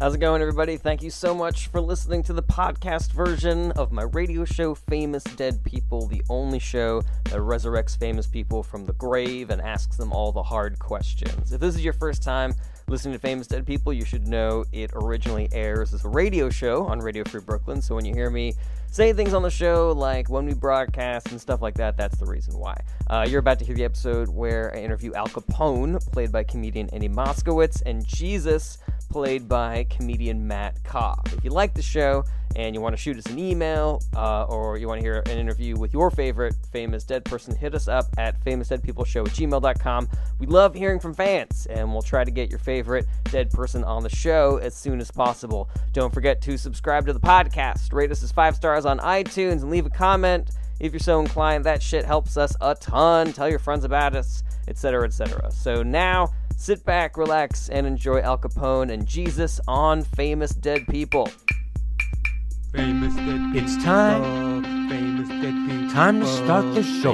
How's it going, everybody? Thank you so much for listening to the podcast version of my radio show, Famous Dead People, the only show that resurrects famous people from the grave and asks them all the hard questions. If this is your first time listening to Famous Dead People, you should know it originally airs as a radio show on Radio Free Brooklyn. So when you hear me say things on the show like when we broadcast and stuff like that, that's the reason why. Uh, you're about to hear the episode where I interview Al Capone, played by comedian Andy Moskowitz, and Jesus, played by comedian Matt Cobb. If you like the show and you want to shoot us an email uh, or you want to hear an interview with your favorite famous dead person, hit us up at famousdeadpeopleshow at gmail.com. We love hearing from fans and we'll try to get your favorite dead person on the show as soon as possible. Don't forget to subscribe to the podcast, rate us as five stars on iTunes, and leave a comment if you're so inclined. That shit helps us a ton. Tell your friends about us, etc., etc. So now, sit back, relax, and enjoy Al Capone and Jesus on Famous Dead People. Famous dead people. It's time. Famous dead people. Time to start the show.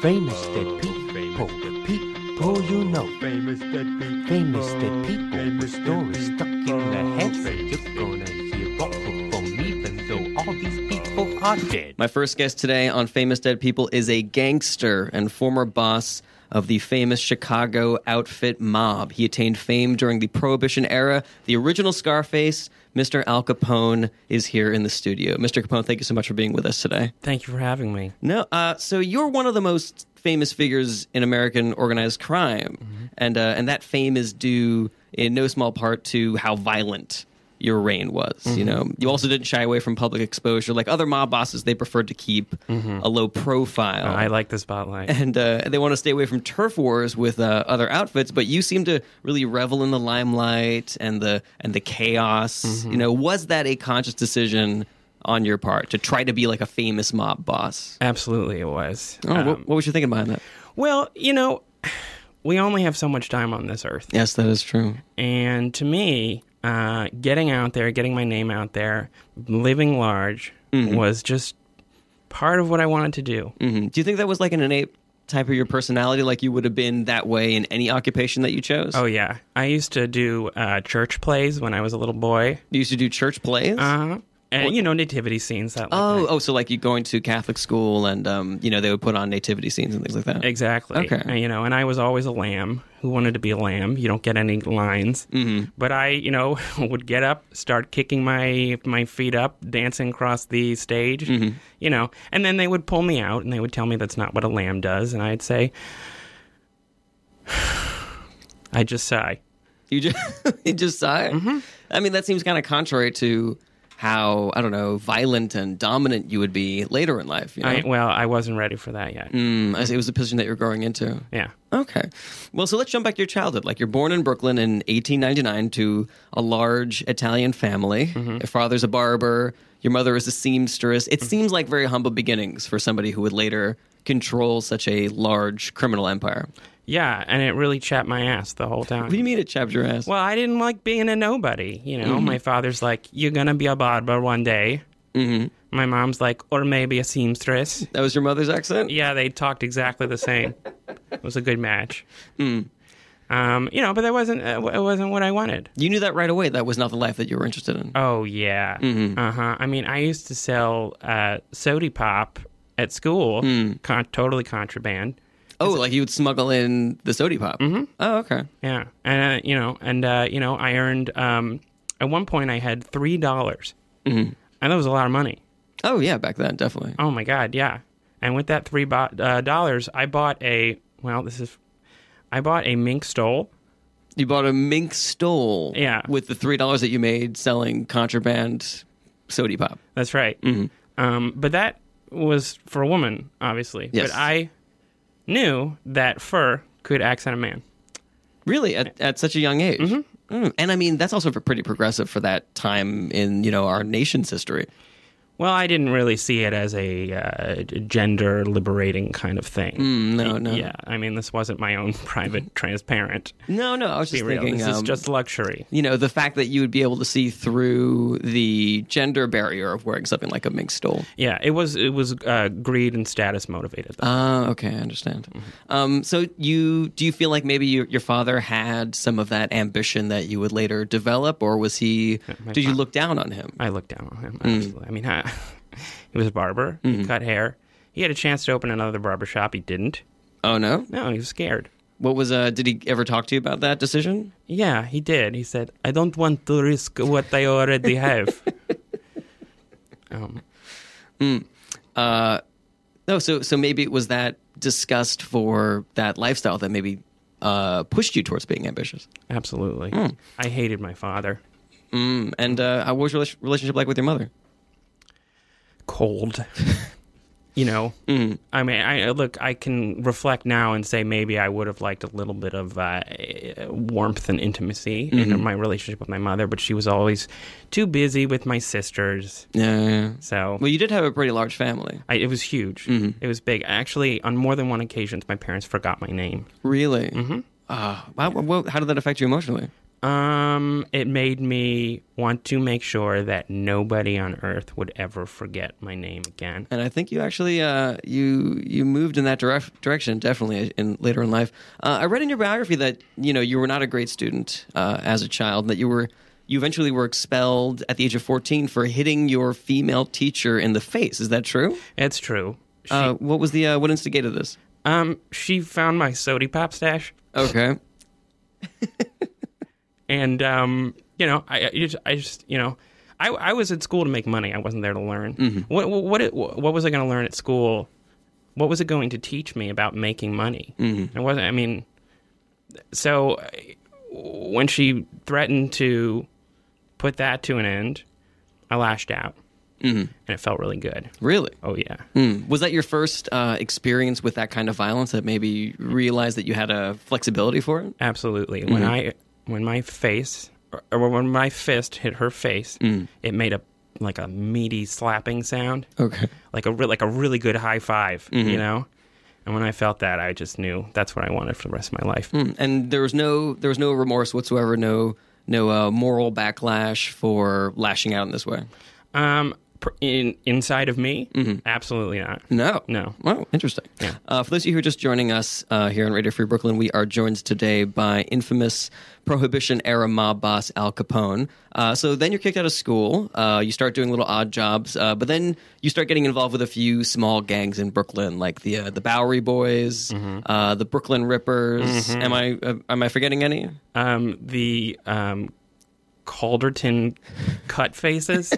Famous dead people. Famous dead people, people you know. Famous dead people. Famous dead people, with Famous stories dead stuck in people. their heads. Famous You're gonna hear awful from even though all these people are dead. My first guest today on Famous Dead People is a gangster and former boss of the famous Chicago outfit mob. He attained fame during the Prohibition era. The original Scarface, Mr. Al Capone, is here in the studio. Mr. Capone, thank you so much for being with us today. Thank you for having me. No, uh, so you're one of the most famous figures in American organized crime, Mm-hmm. and uh, and that fame is due in no small part to how violent your reign was. You know, Mm-hmm. you also didn't shy away from public exposure, like other mob bosses. They preferred to keep a low profile. Mm-hmm. Oh, I like the spotlight. and uh, they want to stay away from turf wars with uh, other outfits, but you seem to really revel in the limelight and the and the chaos. Mm-hmm. You know, was that a conscious decision on your part to try to be like a famous mob boss? Absolutely, it was. Oh, Um, what, what was you thinking behind that? well, you know, we only have so much time on this earth. Yes, that is true. And to me, uh, getting out there, getting my name out there, living large Mm-hmm. was just part of what I wanted to do. hmm Do you think that was like an innate type of your personality? Like you would have been that way in any occupation that you chose? Oh, yeah. I used to do uh, church plays when I was a little boy. You used to do church plays? Uh, and, you know, nativity scenes, that like oh, that. oh, so like you going to Catholic school and, um, you know, they would put on nativity scenes and things like that. Exactly. Okay. And, you know, and I was always a lamb who wanted to be a lamb. You don't get any lines. Mm-hmm. But I, you know, would get up, start kicking my my feet up, dancing across the stage, Mm-hmm. you know. And then they would pull me out and they would tell me that's not what a lamb does. And I'd say, I just sigh. You just, you just sigh? I mean, that seems kind of contrary to how, I don't know, violent and dominant you would be later in life. You know? I, well, I wasn't ready for that yet. Mm, I see. it was the position that you're growing into. Yeah. Okay. Well, so let's jump back to your childhood. Like you're born in Brooklyn in 1899 to a large Italian family. Your father's a barber, your mother is a seamstress. It seems like very humble beginnings for somebody who would later control such a large criminal empire. Yeah. And it really chapped my ass the whole time. What do you mean it chapped your ass? Well, I didn't like being a nobody. You know, my father's like, "You're gonna be a barber one day." Mm-hmm. My mom's like, "Or maybe a seamstress." that was your mother's accent? Yeah, they talked exactly the same. it was a good match. Um, you know, but that wasn't uh, it wasn't what I wanted. You knew that right away. That was not the life that you were interested in. Oh yeah. Uh huh. I mean, I used to sell uh, sody pop at school, con- totally contraband. oh, like you would smuggle in the sody pop. Mm-hmm. Oh, okay. Yeah, and uh, you know, and uh, you know, I earned um, at one point I had three dollars, and that was a lot of money. Oh, yeah, back then, definitely. Oh my god, yeah. And with that three bo- uh, dollars, I bought a well. This is, I bought a mink stole. You bought a mink stole Yeah. with the $3 that you made selling contraband sody pop. That's right. Mm-hmm. Um, but that was for a woman, obviously. Yes. But I knew that fur could accent a man. Really, at, at such a young age. Mm-hmm. Mm. And I mean, that's also pretty progressive for that time in you know our nation's history. Well, I didn't really see it as a uh, gender liberating kind of thing. Mm, No, no, Yeah, I mean, this wasn't my own private transparent. no, no. I was Be just real. thinking, this is um, just luxury. you know, the fact that you would be able to see through the gender barrier of wearing something like a mink stole. Yeah, it was it was uh, greed and status motivated. though. Ah, okay, I understand. Mm-hmm. Um, so you do you feel like maybe you, your father had some of that ambition that you would later develop, or was he? Did you look down on him? I looked down on him. Absolutely. I mean, I, he was a barber. He cut hair. He had a chance to open another barber shop. He didn't. Oh no! No, he was scared. What was? Uh, did he ever talk to you about that decision? Yeah, he did. He said, "I don't want to risk what I already have." um, No. So so maybe it was that disgust for that lifestyle that maybe uh, pushed you towards being ambitious. absolutely. I hated my father. Mm, And uh, how- what was your rela- relationship like with your mother? cold. you know, I mean, I look, I can reflect now and say maybe I would have liked a little bit of uh, warmth and intimacy in my relationship with my mother, but she was always too busy with my sisters. Yeah, yeah, yeah. So Well, you did have a pretty large family. I, it was huge. It was big. Actually, on more than one occasion, my parents forgot my name. Really? Mm-hmm. Uh, wow, wha- wha- how did that affect you emotionally? Um, it made me want to make sure that nobody on earth would ever forget my name again. and I think you actually uh, you you moved in that direct, direction definitely in later in life. Uh, I read in your biography that you know you were not a great student uh, as a child. That you were you eventually were expelled at the age of fourteen for hitting your female teacher in the face. Is that true? It's true. She, Uh, what was the uh, what instigated this? um, she found my sody pop stash. Okay, and um, you know, I, I just, I just, you know, I, I was at school to make money. I wasn't there to learn. What, what, what, it- what was I going to learn at school? What was it going to teach me about making money? Mm-hmm. I wasn't. I mean, so uh, when she threatened to put that to an end, I lashed out, mm-hmm. and it felt really good. really? Oh yeah, Hmm. Was that your first uh, experience with that kind of violence that maybe you realized that you had a flexibility for it? absolutely. When I, when my face, or when my fist hit her face, it made a like a meaty slapping sound. Okay. like a re- like a really good high 5 Mm-hmm. you know. And when I felt that, I just knew that's what I wanted for the rest of my Mm. life. and there was no there was no remorse whatsoever no no uh, moral backlash for lashing out in this way Um, pr- in inside of me, Mm-hmm. absolutely not. no No. wow interesting uh, for those of you who are just joining us uh, here on radio free brooklyn we are joined today by infamous prohibition era mob boss al capone uh, so then you're kicked out of school uh, you start doing little odd jobs uh, but then you start getting involved with a few small gangs in brooklyn like the uh, the bowery boys uh, the brooklyn rippers am i uh, am i forgetting any Um, the um, Calderton cut faces.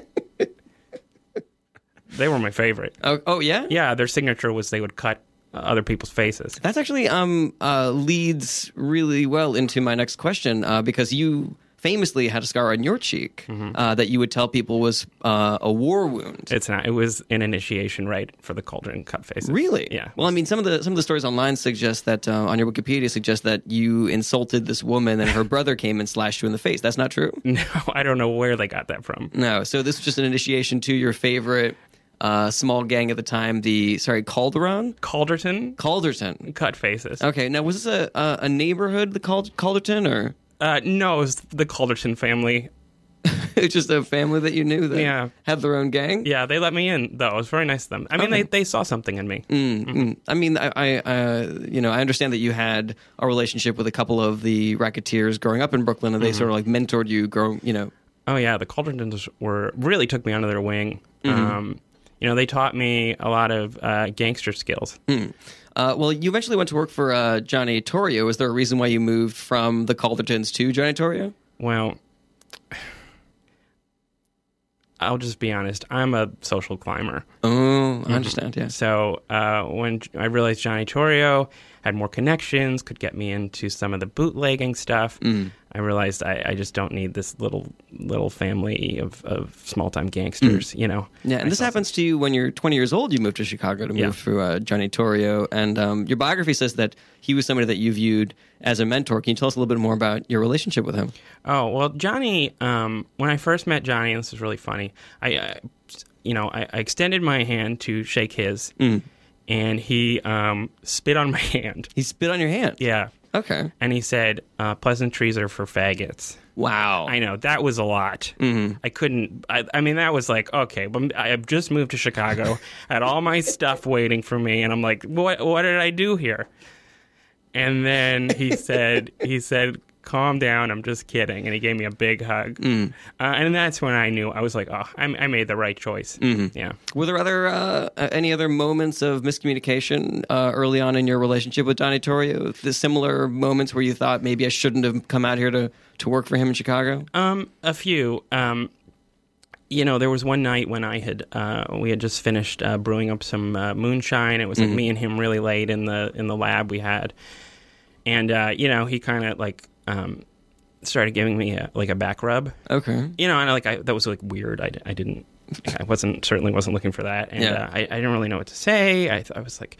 they were my favorite. oh, oh yeah Yeah, their signature was they would cut uh, other people's faces. That's actually um, uh, leads really well into my next question uh, because you famously had a scar on your cheek uh, that you would tell people was uh, a war wound. Mm-hmm. It's not. It was an initiation rite for the Calderton cut faces. Really? Yeah. Well, I mean, some of the some of the stories online suggest that uh, on your Wikipedia suggest that you insulted this woman and her brother came and slashed you in the face. That's not true. no, I don't know where they got that from. No. So this was just an initiation to your favorite uh, small gang at the time. The sorry, Calderon, Calderton Calderton. cut faces. Okay. Now, was this a a, a neighborhood, the Cal- Calderton, or? Uh, no, it was the Calderton family. It's just a family that you knew that Yeah. had their own gang. Yeah, they let me in though. It was very nice of them. I mean, they, they saw something in me. Mm-hmm. I mean, I, I uh, you know, I understand that you had a relationship with a couple of the racketeers growing up in Brooklyn, and they Mm-hmm. sort of like mentored you, grow, you know. Oh yeah, the Caldertons were really took me under their wing. Um, you know, they taught me a lot of uh, gangster skills. Uh, well, you eventually went to work for uh, Johnny Torrio. Is there a reason why you moved from the Caldertons to Johnny Torrio? Well, I'll just be honest. I'm a social climber, Oh, Mm-hmm. I understand. Yeah. so uh, when I realized Johnny Torrio had more connections, could get me into some of the bootlegging stuff, I realized I, I just don't need this little little family of, of small time gangsters. You know. Yeah, and this happens to you when you're 20 years old. You move to Chicago to move Yeah. through uh, Johnny Torrio, and um, your biography says that he was somebody that you viewed as a mentor. Can you tell us a little bit more about your relationship with him? Oh well, Johnny. Um, when I first met Johnny, and this is really funny. I, uh, you know, I, I extended my hand to shake his, and he um, spit on my hand. He spit on your hand. Yeah. Okay. And he said, uh, pleasantries are for faggots. Wow. I know that was a lot. Mm-hmm. I couldn't. I, I mean, that was like okay. But I have just moved to Chicago, had all my stuff waiting for me, and I'm like, what? What did I do here? And then he said, he said, calm down. I'm just kidding. And he gave me a big hug. Uh, and that's when I knew I was like, oh, I, I made the right choice. Yeah. Were there other uh, any other moments of miscommunication uh, early on in your relationship with Donnie Torrio? The similar moments where you thought maybe I shouldn't have come out here to to work for him in Chicago? Um, a few. Um, you know, there was one night when I had uh, we had just finished uh, brewing up some uh, moonshine. It was like me and him really late in the in the lab we had, and uh, you know, he kind of like um, started giving me a, like a back rub. okay. You know, and I, like I, that was like weird. I, d- I didn't, I wasn't certainly wasn't looking for that, and Yeah. uh, I, I didn't really know what to say. I, th- I was like,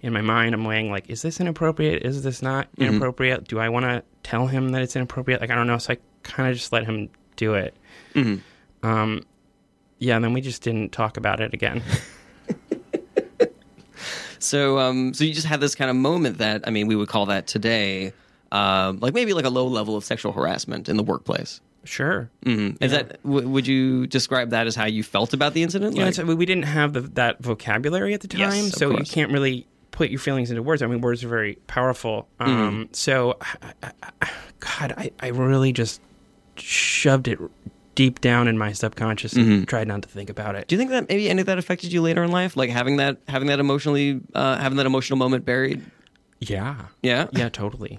in my mind, I'm weighing like, is this inappropriate? Is this not inappropriate? Do I want to tell him that it's inappropriate? Like I don't know. So I kind of just let him do it. Um, yeah, and then we just didn't talk about it again. So um, so you just had this kind of moment that I mean we would call that today. Um, like maybe like a low level of sexual harassment in the workplace. sure. Mm. Is that w- would you describe that as how you felt about the incident? Yeah, Like- so we we didn't have the, that vocabulary at the time, Yes, of so you course. can't really put your feelings into words. I mean, words are very powerful. Mm-hmm. Um, So, I, I, I- God, I, I really just shoved it deep down in my subconscious Mm-hmm. and tried not to think about it. do you think that maybe any of that affected you later in life? Like having that having that emotionally uh, having that emotional moment buried. Yeah. Yeah. Yeah, totally.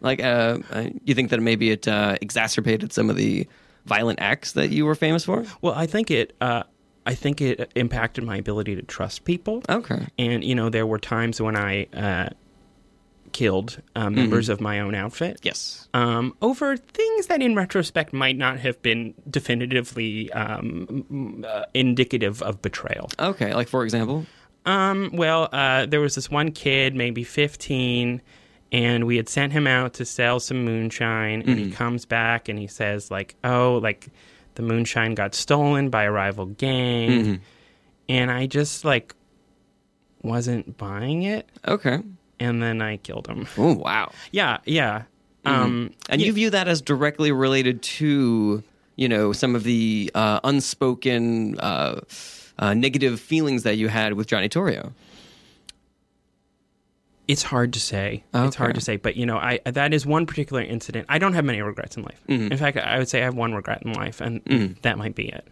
Like, uh, uh, you think that maybe it uh, exacerbated some of the violent acts that you were famous for? Well, I think it. Uh, I think it impacted my ability to trust people. Okay. And you know, there were times when I uh, killed uh, members of my own outfit. Mm-hmm. Yes. Um, over things that, in retrospect, might not have been definitively um, m- uh, indicative of betrayal. Okay. Like, for example. Um, well, uh, there was this one kid, maybe 15, and we had sent him out to sell some moonshine, and he comes back and he says, like, oh, like the moonshine got stolen by a rival gang. And I just, like, wasn't buying it, Okay. and then I killed him. Oh, wow. Yeah, yeah. Um, And you view that as directly related to, you know, some of the uh, unspoken uh, uh, negative feelings that you had with Johnny Torrio. it's hard to say. Okay. It's hard to say, but you know, I that is one particular incident. I don't have many regrets in life. In fact, I would say I have one regret in life, and that might be it.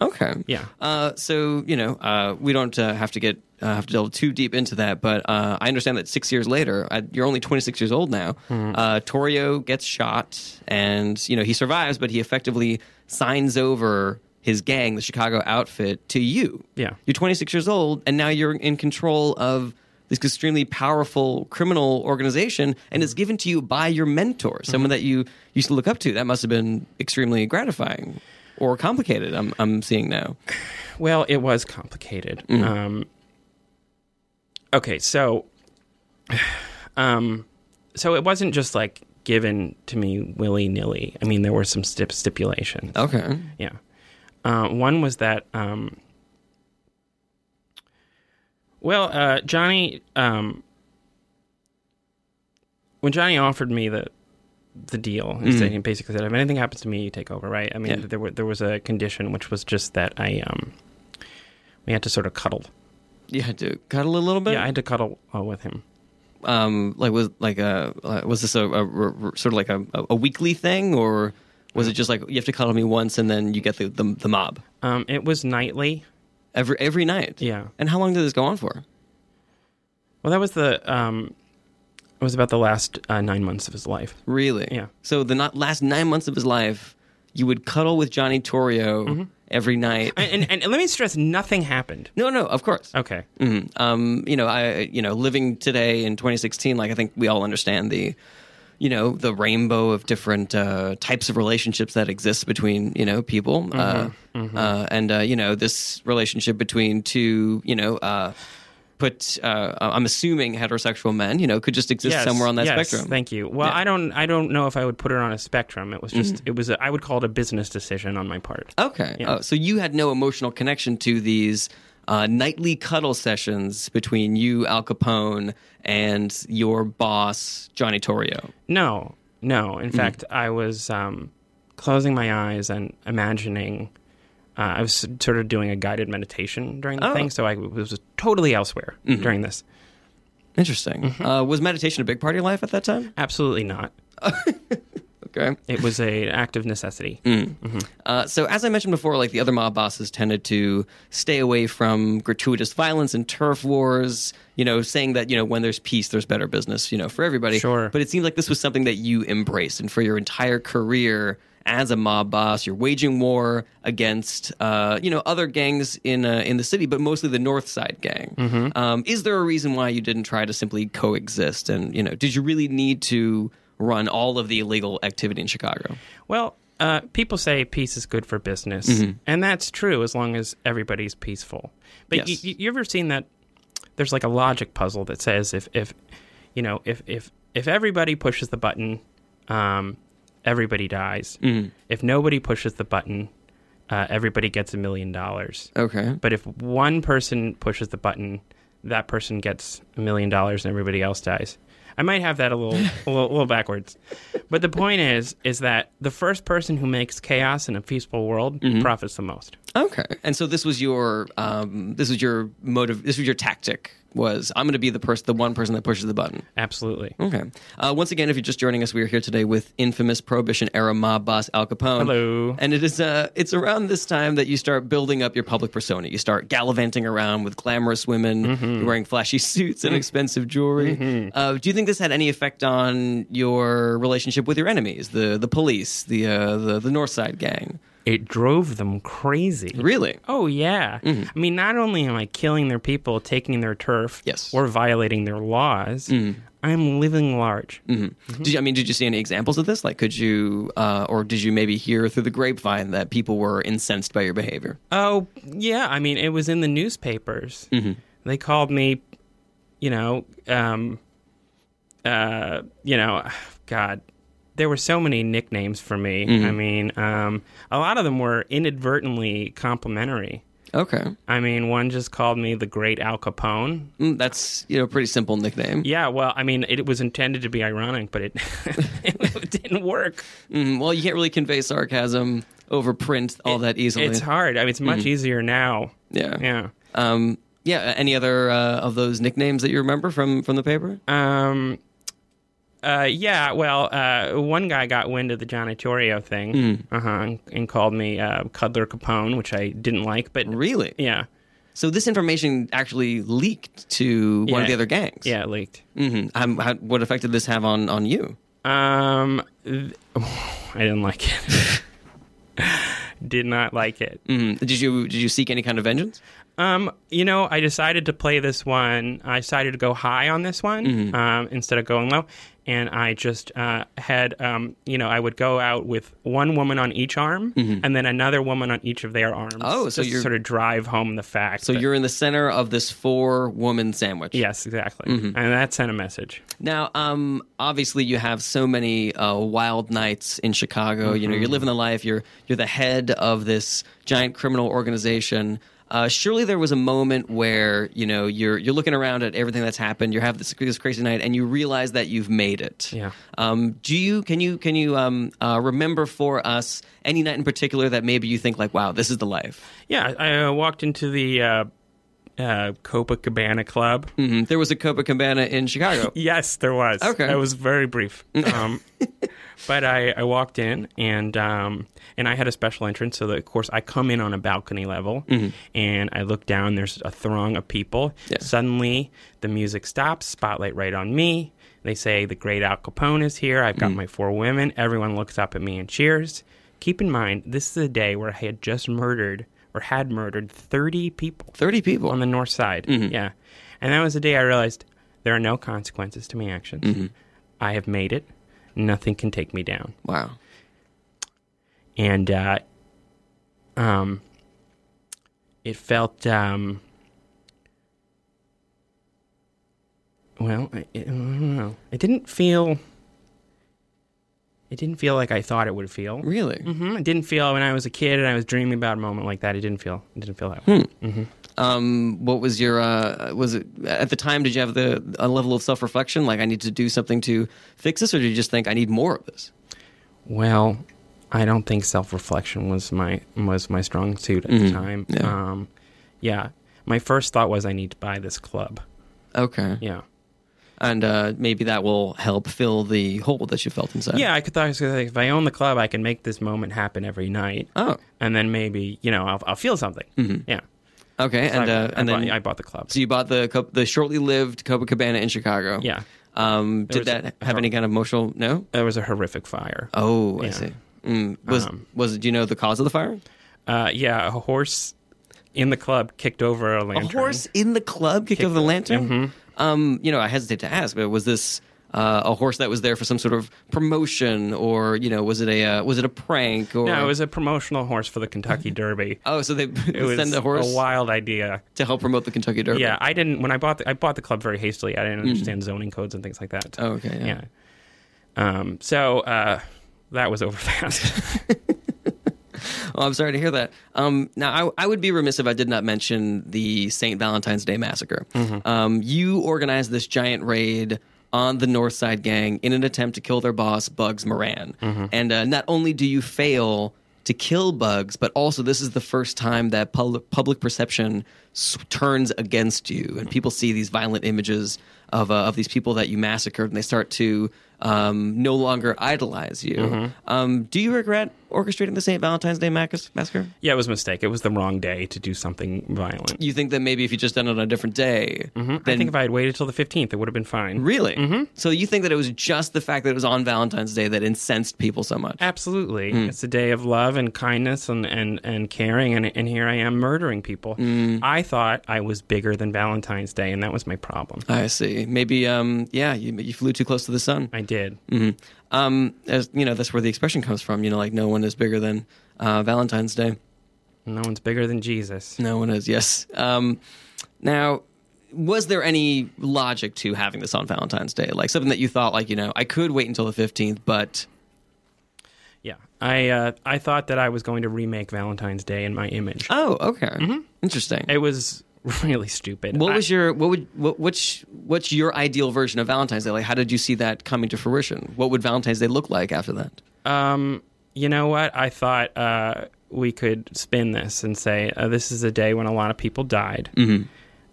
Okay. Yeah. Uh, so you know, uh, we don't uh, have to get uh, have to delve too deep into that, but uh, I understand that six years later, uh, you're only 26 years old now. Uh, Torrio gets shot, and you know he survives, but he effectively signs over his gang, the Chicago outfit, to you. Yeah. you're 26 years old, and now you're in control of this extremely powerful criminal organization, and it's given to you by your mentor, someone that you used to look up to. That must have been extremely gratifying. Or complicated, I'm, I'm seeing now. Well, it was complicated. Um, okay, so, um, so it wasn't just like given to me willy nilly. I mean, there were some stip- stipulations. Okay. Yeah. Uh, one was that, um, well, uh, Johnny, um, when Johnny offered me the the deal, he said- he basically said, if anything happens to me, you take over, right? I mean, Yeah. there, were, there was a condition, which was just that I, um, we had to sort of cuddle. You had to cuddle a little bit. Yeah, I had to cuddle uh, with him. um, like was like a uh, was this a, a- r- r- sort of like a, a weekly thing, or was it just like you have to cuddle me once and then you get the the, the mob Um, it was nightly. every every night? Yeah. And how long did this go on for? Well, that was the, um, it was about the last uh, nine months of his life. Really? Yeah. So the not, last nine months of his life, you would cuddle with Johnny Torrio Mm-hmm. every night. And, and, and let me stress, nothing happened. no, no, of course. Okay. Mhm. Um, you know, I you know, living today in 2016, like I think we all understand the you know the rainbow of different uh, types of relationships that exist between you know people, Mm-hmm. uh, uh, and uh, you know this relationship between two you know uh, but uh, I'm assuming heterosexual men, you know, could just exist Yes, somewhere on that yes, spectrum. Thank you. Well, I don't I don't know if I would put it on a spectrum. It was just it was a, I would call it a business decision on my part. Okay. Mm. Oh, so you had no emotional connection to these uh, nightly cuddle sessions between you, Al Capone, and your boss, Johnny Torrio. No, no. Mm. In fact, I was um, closing my eyes and imagining. Uh, I was sort of doing a guided meditation during the Oh. Mm-hmm. thing, so I was totally elsewhere during this. Interesting. Uh, was meditation a big part of your life at that time? Absolutely not. Okay. It was a act of necessity. Uh, so as I mentioned before, like the other mob bosses tended to stay away from gratuitous violence and turf wars. You know, saying that you know when there's peace, there's better business. You know, for everybody. Sure. But it seemed like this was something that you embraced, and for your entire career as a mob boss, you're waging war against uh, you know other gangs in uh, in the city, but mostly the North Side gang. Um, is there a reason why you didn't try to simply coexist? And you know, did you really need to? Run all of the illegal activity in Chicago. Well, uh, people say peace is good for business, and that's true as long as everybody's peaceful. But Yes. you, you, you ever seen that? There's like a logic puzzle that says if if you know if if if everybody pushes the button, um, everybody dies. If nobody pushes the button, uh, everybody gets a million dollars. Okay. But if one person pushes the button, that person gets a million dollars and everybody else dies. I might have that a little, a little, little backwards, but the point is, is that the first person who makes chaos in a peaceful world profits the most. Okay. And so this was your um, this was your motive. This was your tactic. Was I'm going to be the person, the one person that pushes the button. Absolutely. Okay. Uh, once again, if you're just joining us, we are here today with infamous Prohibition era mob boss Al Capone. Hello. And it is uh, it's around this time that you start building up your public persona. You start gallivanting around with glamorous women, you're wearing flashy suits and expensive jewelry. Uh, do you think this had any effect on your relationship with your enemies, the the police, the uh, the, the North Side gang? It drove them crazy. Really? Oh yeah. I mean, not only am I killing their people, taking their turf, Yes. or violating their laws, I'm living large. Mm-hmm. Mm-hmm. Did you, I mean, did you see any examples of this? Like, could you, uh, or did you maybe hear through the grapevine that people were incensed by your behavior? Oh, yeah. I mean, it was in the newspapers. They called me, you know, um, uh, you know, God, there were so many nicknames for me. I mean, um, a lot of them were inadvertently complimentary. Okay, I mean, one just called me the Great Al Capone. Mm, that's you know a pretty simple nickname. Yeah, well, I mean, it was intended to be ironic, but it it didn't work. Mm, well, you can't really convey sarcasm over print all that easily. It's hard. I mean, it's much easier now. yeah, Yeah. Um, yeah. Any other uh, of those nicknames that you remember from from the paper? Um, uh, yeah, well, uh, one guy got wind of the Johnny Torrio thing uh-huh, and, and called me uh, Cuddler Capone, which I didn't like, but Really? yeah, So this information actually leaked to one of Yeah. the other gangs. yeah, it leaked. hmm Um, how, what effect did this have on on you? Um, th- I didn't like it. Did not like it. Mm, did you did you seek any kind of vengeance? Um, you know, I decided to play this one. I decided to go high on this one um, instead of going low, and I just uh, had, um, you know, I would go out with one woman on each arm, and then another woman on each of their arms. Oh, so just to you're- sort of drive home the fact. So that- you're in the center of this four woman sandwich. yes, exactly, and that sent a message. Now, um, obviously, you have so many uh, wild nights in Chicago. You know, Mm-hmm. you're living the life. You're you're the head of this giant criminal organization. Uh, surely there was a moment where you know you're you're looking around at everything that's happened. You have this, this crazy night, and you realize that you've made it. Yeah. Um, do you can you can you um, uh, remember for us any night in particular that maybe you think like, wow, this is the life? Yeah, I uh, walked into the uh, uh, Copacabana Club. Mhm. There was a Copacabana in Chicago. Yes, there was. Okay. it was very brief. Um, but I, I walked in and um, and I had a special entrance. So that, of course, I come in on a balcony level and I look down. There's a throng of people. Mm-hmm. Yeah. Suddenly, the music stops. Spotlight right on me. They say the great Al Capone is here. I've got Mm-hmm. my four women. Everyone looks up at me and cheers. Keep in mind, this is a day where I had just murdered or had murdered 30 people Thirty people. on the north side. Yeah. And that was the day I realized there are no consequences to my actions. I have made it. Nothing can take me down. wow. And uh, um, it felt um, well, I, I don't know. It didn't feel. It didn't feel like I thought it would feel. Really? hmm It didn't feel when I was a kid and I was dreaming about a moment like that. It didn't feel. It didn't feel that. Way. Um, what was your uh, was it at the time? Did you have the a level of self reflection, like I need to do something to fix this, or did you just think I need more of this? Well, I don't think self reflection was my was my strong suit at the time. Mm-hmm. Yeah. Um, yeah. My first thought was I need to buy this club. Okay, Yeah. and uh, maybe that will help fill the hole that you felt inside. Yeah, I could thought I was gonna say, if I own the club, I can make this moment happen every night, Oh, and then maybe you know I'll, I'll feel something. Yeah, okay, and I, uh, I and bought, then I bought the club. so you bought the Co- the shortly lived Copacabana in Chicago. Yeah, Um, did was a- that have any kind of emotional? No. there was a horrific fire. Oh, I Yeah. Um, see. Mm, was was do you know the cause of the fire? Uh, yeah, a horse in the club kicked over a lantern. Mm-hmm. A horse in the club kicked over the lantern. Um, you know, I hesitate to ask, but was this uh, a horse that was there for some sort of promotion, or you know, was it a uh, was it a prank? Or No, it was a promotional horse for the Kentucky Derby. oh, so they It was send a horse wild idea. to help promote the Kentucky Derby. Yeah, I didn't when I bought the, I bought the club very hastily. I didn't understand zoning codes and things like that. Hmm. Oh, okay. Yeah. yeah. Um, so uh, that was over fast. Oh, I'm sorry to hear that. Um, now, I, I would be remiss if I did not mention the St. Valentine's Day massacre. Um, you organized this giant raid on the North Side gang in an attempt to kill their boss, Bugs Moran. And uh, not only do you fail to kill Bugs, but also this is the first time that pub- public perception s- turns against you, and people see these violent images of uh, of these people that you massacred, and they start to um, no longer idolize you. Um, do you regret orchestrating the St. Valentine's Day mac- massacre? yeah, it was a mistake. It was the wrong day to do something violent. You think that maybe if you just done it on a different day, I then think if I had waited till the 15th, it would have been fine. really? So you think that it was just the fact that it was on Valentine's Day that incensed people so much? Absolutely. hmm. It's a day of love and kindness and, and, and caring, and, and here I am murdering people. Hmm. I thought I was bigger than Valentine's Day, and that was my problem. I see. Maybe, um, yeah, you, you flew too close to the sun. I did. Hmm. um, as you know, that's where the expression comes from. You know, like no one is bigger than uh, Valentine's Day. No one's bigger than Jesus. No one is. Yes. Um, now, was there any logic to having this on Valentine's Day? Like something that you thought, like you know, I could wait until the fifteenth, but Yeah. I, uh, I thought that I was going to remake Valentine's Day in my image. oh, okay, interesting. Mm-hmm. It was really stupid. what I- was your what would what, which what's your ideal version of Valentine's Day? Like, how did you see that coming to fruition? What would Valentine's Day look like after that? Um, you know what? I thought uh, we could spin this and say uh, this is a day when a lot of people died. Mm-hmm.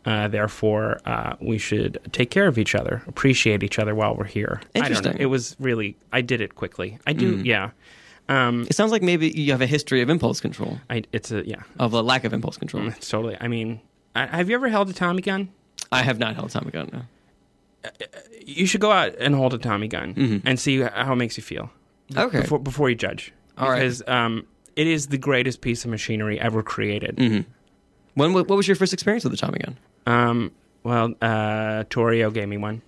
Uh, therefore, uh, we should take care of each other, appreciate each other while we're here. I don't Interesting. Mm. know. It was really. I did it quickly. I do. Yeah. Um, It sounds like maybe you have a history of impulse control, I, it's a yeah. of a lack of impulse control. It's totally. I mean, I, have you ever held a Tommy gun? I have not held a Tommy gun. No. You should go out and hold a Tommy gun Mm-hmm. and see how it makes you feel. Okay. before, before you judge. All right. because um, it is the greatest piece of machinery ever created. Mm. When what was your first experience with the Tommy gun? Um, well, uh, Torrio gave me one.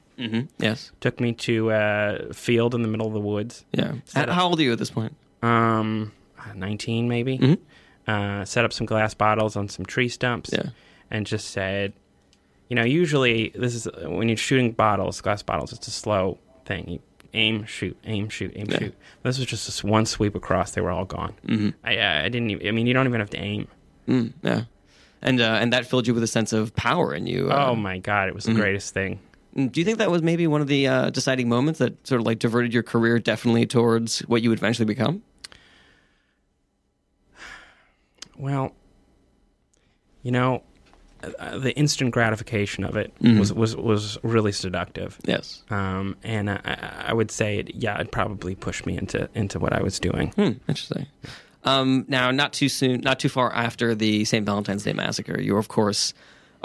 Yes. Took me to a field in the middle of the woods. Yeah. How, how old are you at this point? Um, 19 maybe. Uh, set up some glass bottles on some tree stumps. Mm-hmm. Yeah. And just said, you know, usually this is when you're shooting bottles, glass bottles, it's a slow thing. You aim, shoot, aim, shoot, aim, shoot. This was just this one sweep across. They were all gone. Mm-hmm. I, I didn't even, I mean, you don't even have to aim. Yeah. And uh, and that filled you with a sense of power in you. Oh Uh, Mm, my God. It was the greatest thing. Do you think that was maybe one of the uh, deciding moments that sort of like diverted your career definitely towards what you would eventually become? Well, you know, uh, the instant gratification of it Mm-hmm. was, was was really seductive. Yes. Um, and I- I, I would say, it, yeah, it probably pushed me into into what I was doing. Hmm, interesting. Um, now, not too soon, not too far after the St. Valentine's Day massacre, you were, of course,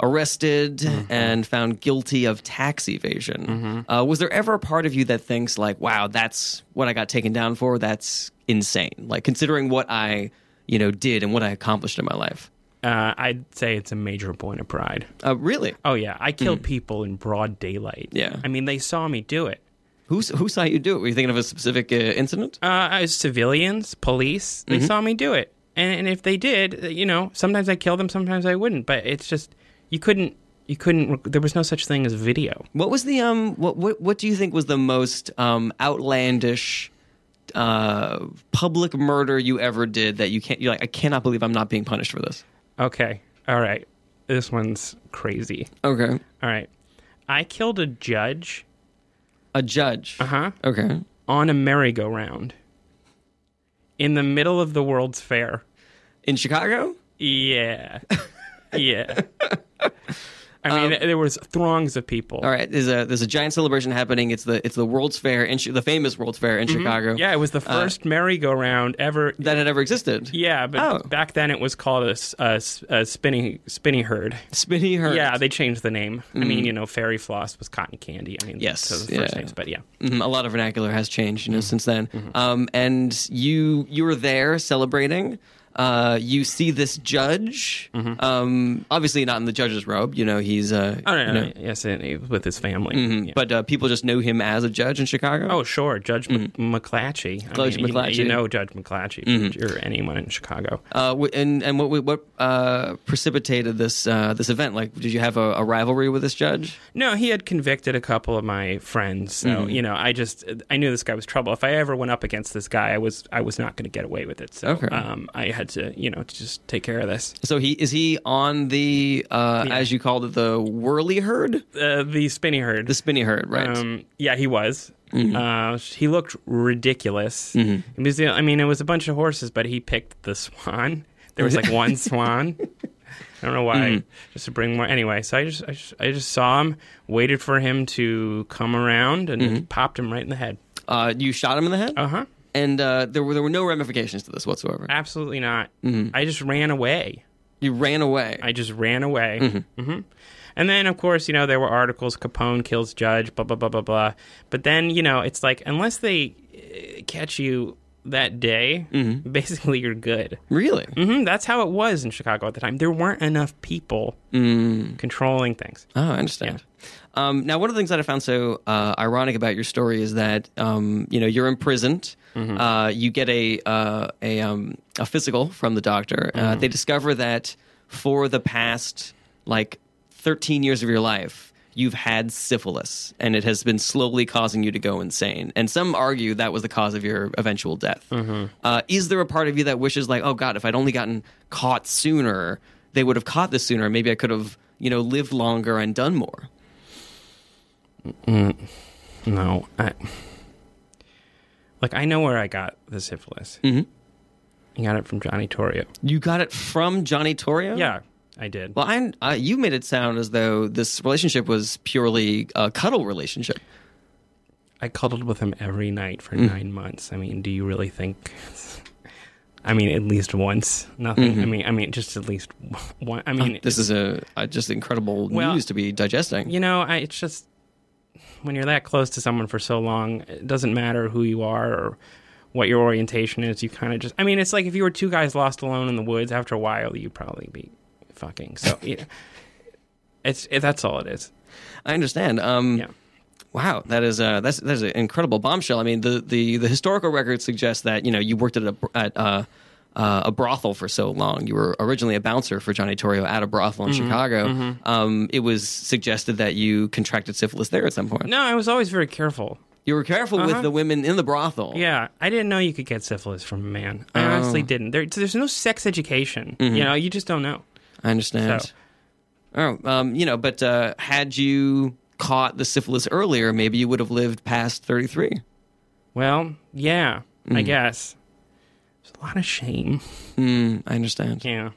arrested and found guilty of tax evasion. Uh, was there ever a part of you that thinks, like, wow, that's what I got taken down for? That's insane. Like, considering what I, you know, did and what I accomplished in my life. Uh, I'd say it's a major point of pride. Uh, really? Oh yeah, I killed people in broad daylight. Hmm. Yeah. I mean, they saw me do it. Who, s- who saw you do it? Were you thinking of a specific uh, incident? Uh, as civilians, police, they Mm-hmm. saw me do it. And, and if they did, you know, sometimes I killed them, sometimes I wouldn't. But it's just you couldn't you couldn't. rec- There was no such thing as video. What was the um? What what what do you think was the most um outlandish uh public murder you ever did that you can't? You're like, I cannot believe I'm not being punished for this. Okay, all right. This one's crazy. Okay, All right, I killed a judge. a judge. Uh huh. Uh-huh. Okay, On a merry-go-round. In the middle of the World's Fair. in Chicago. Yeah. yeah. I mean, there was throngs of people. Um, All right, there's a there's a giant celebration happening. It's the it's the World's Fair in Chi- the famous World's Fair in Chicago. Yeah, it was the first merry-go-round ever. that had ever existed. yeah, but Oh. back then it was called a, s- a s- a spinny spinny herd. Spinny her. Yeah, they changed the name. I mean, you know, fairy floss was cotton candy. I mean, Mm. Yes, those are the first yeah. names, but yeah, Mhm, a lot of vernacular has changed, you Mm-hmm. know, since then. Um, and you you were there celebrating. Uh, you see this judge, um, obviously not in the judge's robe. You know, he's uh, Mm-hmm. oh no, you no, know, no, yes, and he was with his family. Yeah. but uh, people just know him as a judge in Chicago. oh, sure, Judge Mc McClatchy. I Mm-hmm. Judge mean, you- You, McClatchy. Mm-hmm. know Judge McClatchy if you're anyone in Chicago. uh, wh- and and what what uh, precipitated this uh, this event? Like, did you have a, a rivalry with this judge? No, he had convicted a couple of my friends, so Mm-hmm. you know, I just I knew this guy was trouble. If I ever went up against this guy, I was I was not going to get away with it. So Okay. um, I had to you know to just take care of this. So he is he on the uh, Yeah. as you called it the whirly herd, Uh, the spinny herd. the spinny herd, right? Um, yeah, he was. Uh, he looked ridiculous. It was, the- I mean, it was a bunch of horses, but he picked the swan. There was like one swan. I don't know why. Just to bring more. Anyway, so I just, I just, I just saw him, waited for him to come around, and popped him right in the head. uh, you shot him in the head, Uh huh. and uh, there were there were no ramifications to this whatsoever. Absolutely not. I just ran away. You ran away. I just ran away. hmm And then, of course, you know, there were articles Capone kills Judge, blah, blah, blah, blah, blah. But then, you know, it's like, unless they uh, catch you that day, basically you're good. really? hmm That's how it was in Chicago at the time. There weren't enough people controlling things. Oh, I understand. Um, now, one of the things that I found so uh, ironic about your story is that um, you know you're imprisoned. Uh, you get a uh, a um, a physical from the doctor. Uh, they discover that for the past like 13 years of your life, you've had syphilis, and it has been slowly causing you to go insane. And some argue that was the cause of your eventual death. Uh, is there a part of you that wishes like, oh God, if I'd only gotten caught sooner, they would have caught this sooner. Maybe I could have, you know, lived longer and done more. No, I like I know where I got the syphilis. Mm-hmm. I got it from Johnny Torrio. You got it from Johnny Torrio. Yeah, I did. Well, I, uh, you made it sound as though this relationship was purely a cuddle relationship. I cuddled with him every night for Hmm. nine months. I mean, do you really think? I mean, at least once. Nothing. I mean, I mean, just at least one. I mean, Mm-hmm. This is a, a just incredible Well, news to be digesting. you know, I, it's just when you're that close to someone for so long, it doesn't matter who you are or what your orientation is. You kind of just. I mean, it's like if you were two guys lost alone in the woods. After a while, you'd probably be fucking. So yeah, it's it, that's all it is. I understand. Um, Yeah. Wow, that is uh, that's that's an incredible bombshell. I mean, the, the, the historical record suggests that you know you worked at a at uh, uh, a brothel for so long. You were originally a bouncer for Johnny Torrio at a brothel Mm-hmm, in Chicago. Um, it was suggested that you contracted syphilis there at some point. No, I was always very careful. You were careful with the women in the brothel. Yeah, I didn't know you could get syphilis from a man. I honestly didn't. There, there's no sex education. You know, you just don't know. I understand. So- Oh, um, you know, but uh, had you caught the syphilis earlier, maybe you would have lived past thirty three. Well, yeah, I guess. There's a lot of shame. Mm, I understand. Yeah.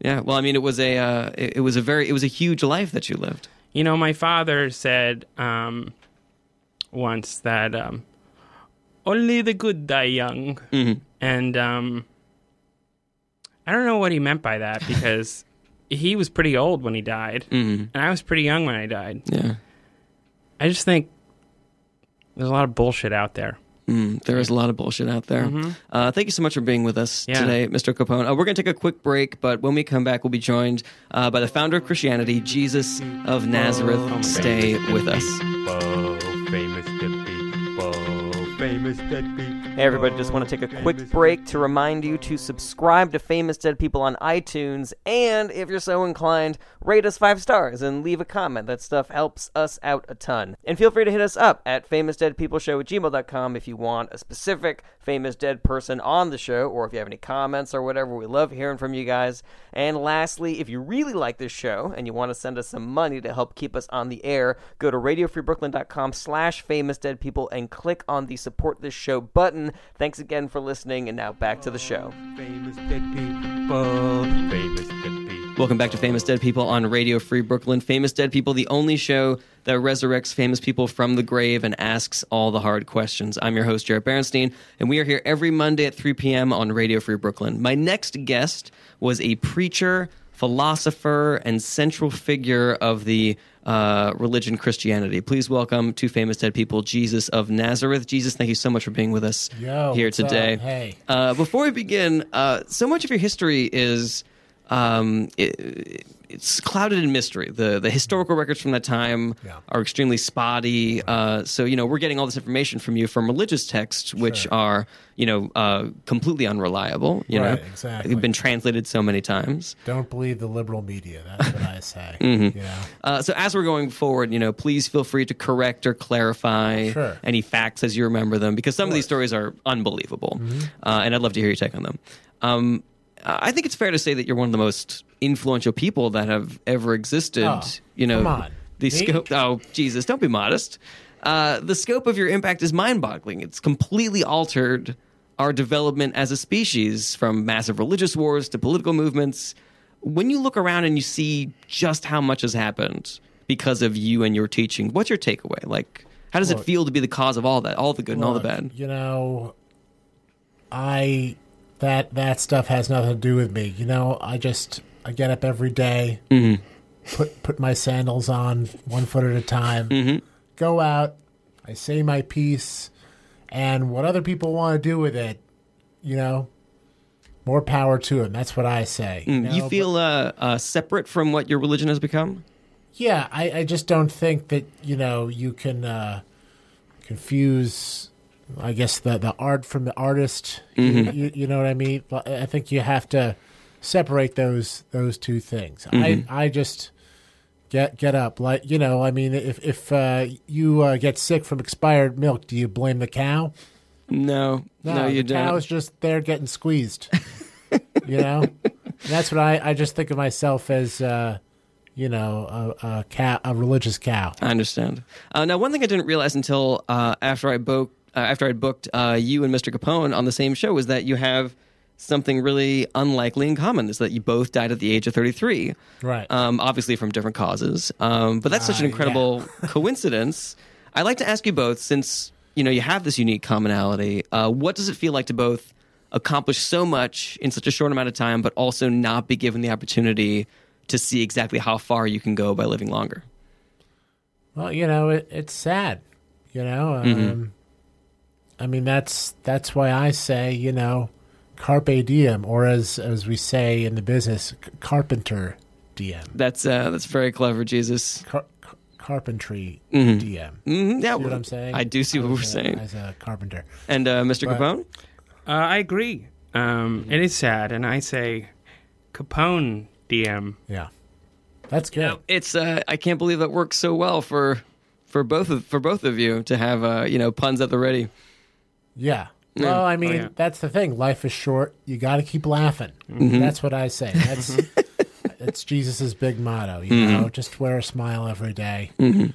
Yeah. Well, I mean, it was a uh, it, it was a very it was a huge life that you lived. You know, my father said um, once that um, only the good die young. And um, I don't know what he meant by that because he was pretty old when he died, and I was pretty young when I died. Yeah. I just think there's a lot of bullshit out there. Mm, there is a lot of bullshit out there. Uh, thank you so much for being with us Yeah. today, Mr. Capone. Uh, we're going to take a quick break, but when we come back, we'll be joined uh, by the founder of Christianity, Jesus of Nazareth. Stay with us. Famous dead people, famous dead people. Hey, everybody, just want to take a quick break to remind you to subscribe to Famous Dead People on iTunes, and if you're so inclined, rate us five stars and leave a comment. That stuff helps us out a ton. And feel free to hit us up at famousdeadpeopleshow at gmail.com if you want a specific famous dead person on the show, or if you have any comments or whatever. We love hearing from you guys. And lastly, if you really like this show and you want to send us some money to help keep us on the air, go to radiofreebrooklyn.com slash famous dead people and click on the support this show button. Thanks again for listening, and now back to the show. Famous dead people. Famous dead people. Welcome back to Famous Dead People on Radio Free Brooklyn. Famous Dead People, the only show that resurrects famous people from the grave and asks all the hard questions. I'm your host, Jared Berenstein, and we are here every Monday at 3 p.m. on Radio Free Brooklyn. My next guest was a preacher, philosopher, and central figure of the uh, religion Christianity. Please welcome to Famous Dead People, Jesus of Nazareth. Jesus, thank you so much for being with us Yo, here what's up? today. Hey. Uh, before we begin, uh, so much of your history is um, it, it's clouded in mystery. The the historical records from that time Yeah. are extremely spotty. Uh, so you know we're getting all this information from you from religious texts, which are you know uh, completely unreliable. You Right, know, exactly. They've been translated so many times. Don't believe the liberal media. That's what I say. Mm-hmm. You know? Uh, so as we're going forward, you know, please feel free to correct or clarify Sure. any facts as you remember them, because some of these stories are unbelievable, Mm-hmm. uh, and I'd love to hear your take on them. Um, I think it's fair to say that you're one of the most influential people that have ever existed. Oh, you know, come on. the Me? scope. Oh, Jesus! Don't be modest. Uh, the scope of your impact is mind-boggling. It's completely altered our development as a species, from massive religious wars to political movements. When you look around and you see just how much has happened because of you and your teaching, what's your takeaway? Like, how does it feel to be the cause of all that, all the good and all the Look, bad? You know, I that that stuff has nothing to do with me. You know, I just I get up every day, Mm-hmm. put put my sandals on one foot at a time, Mm-hmm. go out, I say my piece, and what other people want to do with it, you know, more power to them. That's what I say. You, know, you but- feel uh, uh, separate from what your religion has become? Yeah, I, I just don't think that you know you can uh, confuse. I guess the the art from the artist. You, you, you know what I mean. But I I think you have to separate those those two things. I I just get get up like you know. I mean, if if uh, you uh, get sick from expired milk, do you blame the cow? No, no, you the don't. cow is just there getting squeezed. you know, And that's what I, I just think of myself as, uh, you know, a, a cow, a religious cow. I understand. Uh, now, one thing I didn't realize until uh, after I booked uh, after I booked uh, you and Mr. Capone on the same show was that you have something really unlikely in common is that you both died at the age of 33 Right. um, obviously from different causes um, but that's such an Uh, incredible coincidence i'd like to ask you both since you know you have this unique commonality uh, what does it feel like to both accomplish so much in such a short amount of time but also not be given the opportunity to see exactly how far you can go by living longer Well, you know, it, it's sad. You know, um, Mm-hmm. I mean, that's that's why I say, you know, carpe diem, or as as we say in the business, c- carpenter diem, That's uh, that's very clever, Jesus. Car- car- carpentry dm. Mm, yeah, See what I'm saying? I do see what As we're a- saying. As a carpenter, And uh, Mr. But- Capone, Uh, I agree. Um, It is sad, and I say Capone DM. yeah, that's good. it's uh, I can't believe that works so well for for both of for both of you to have uh, you know puns at the ready. Yeah. Well, Oh, I mean, yeah. that's the thing. Life is short. You got to keep laughing. Mm-hmm. That's what I say. That's that's Jesus's big motto. You Mm-hmm. know, just wear a smile every day and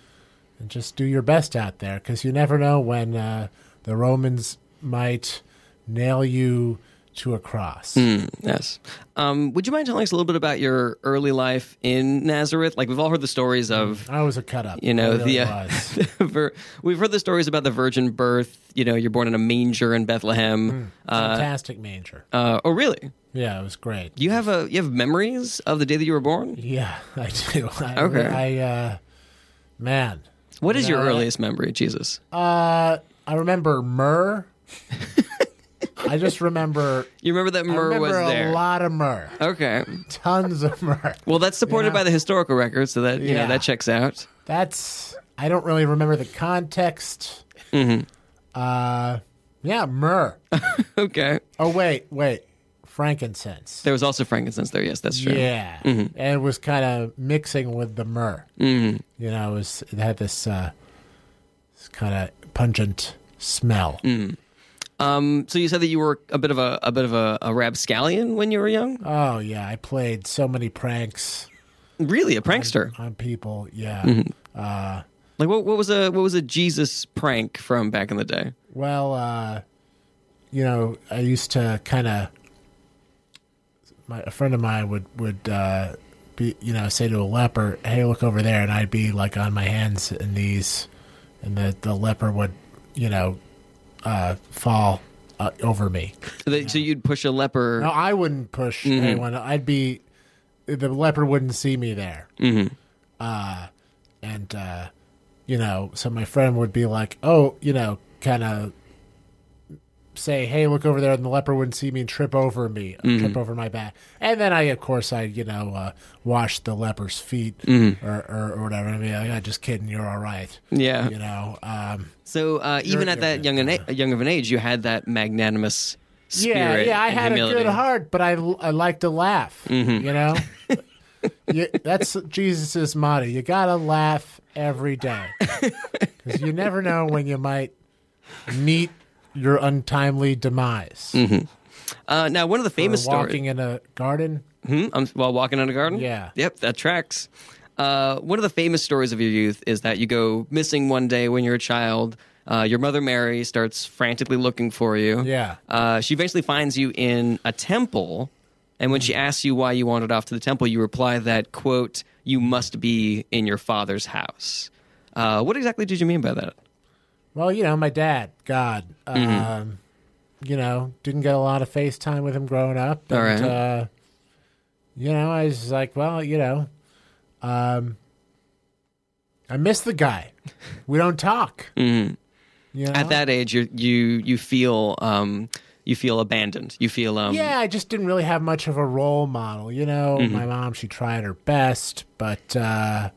just do your best out there because you never know when uh, the Romans might nail you to a cross. Mm. Yes. Um, would you mind telling us a little bit about your early life in Nazareth? Like we've all heard the stories of. I was a cut up. You know, I really the, uh, was. Ver- We've heard the stories about the virgin birth. You know, you're born in a manger in Bethlehem. Mm. Uh, fantastic manger. uh, oh, really? Yeah, it was great. You have a you have memories of the day that you were born. yeah, I do. I, Okay. I uh, man, What is your No, I- earliest memory, Jesus? Uh, I remember myrrh. I just remember. You remember that I Myrrh was remember a there. lot of myrrh, Okay. tons of myrrh. Well, that's supported Yeah. by the historical record, so that you know Yeah. that checks out. Mm-hmm. That's I don't really remember the context. Uh, Yeah, myrrh. Okay. oh wait, wait, frankincense. There Mm-hmm. was also frankincense there. Yes, that's true. Yeah, and it was kind of mixing with the myrrh. Mm. Mm-hmm. You know, it was it had this, uh, this kind of pungent smell. Mm. Um, so you said that you were a bit of a a bit of a, a rabscallion when you were young. Oh yeah, I played so many pranks Really, a prankster. on people. Yeah. Mm-hmm. Uh, Like what, what was a what was a Jesus prank from back in the day? well, uh, you know, I used to kind of. My a friend of mine would would uh, be you know say to a leper, "Hey, look over there," and I'd be like on my hands and knees, and the the leper would you know uh, fall uh, over me. They, So you'd push a leper. No, I wouldn't push anyone. I'd be the leopard wouldn't see me there. Mm-hmm. Uh, and uh, you know, so my friend would be like, "Oh, you know, kind of say, hey, look over there," and the leopard wouldn't see me and trip over me, uh, trip over my back. And then I, of course, I you know uh, wash the leper's feet or, or or whatever. I mean, like, I'm just kidding. You're all right. Yeah. You know. Um, So uh, even at that young an a- young of an age, you had that magnanimous spirit. Yeah, yeah, I and had humility. Mm-hmm. a good heart, but I, I like to laugh. You know, you, that's Jesus's motto. You gotta laugh every day because you never know when you might meet your untimely demise. Uh, now, one of the Mm-hmm. Or famous walking stories. in a garden. Hmm? Um, while walking in a garden. Yeah. Yep, that tracks. Uh, one of the famous stories of your youth is that you go missing one day when you're a child. Uh, your mother Mary starts frantically looking for you. Yeah. Uh, she eventually finds you in a temple, and when Mm-hmm. she asks you why you wandered off to the temple, you reply that quote, "You must be in your father's house." Uh, what exactly did you mean by that? Well, you know, my dad, God, Mm-hmm. um, you know, didn't get a lot of FaceTime with him growing up. All and, right. Uh, you know, I was just like, well, you know, um, I miss the guy. We don't talk. You know? Mm-hmm. At that age, you you you feel um, you feel abandoned. You feel um, yeah, I just didn't really have much of a role model. You know, Mm-hmm. my mom, she tried her best, but, uh,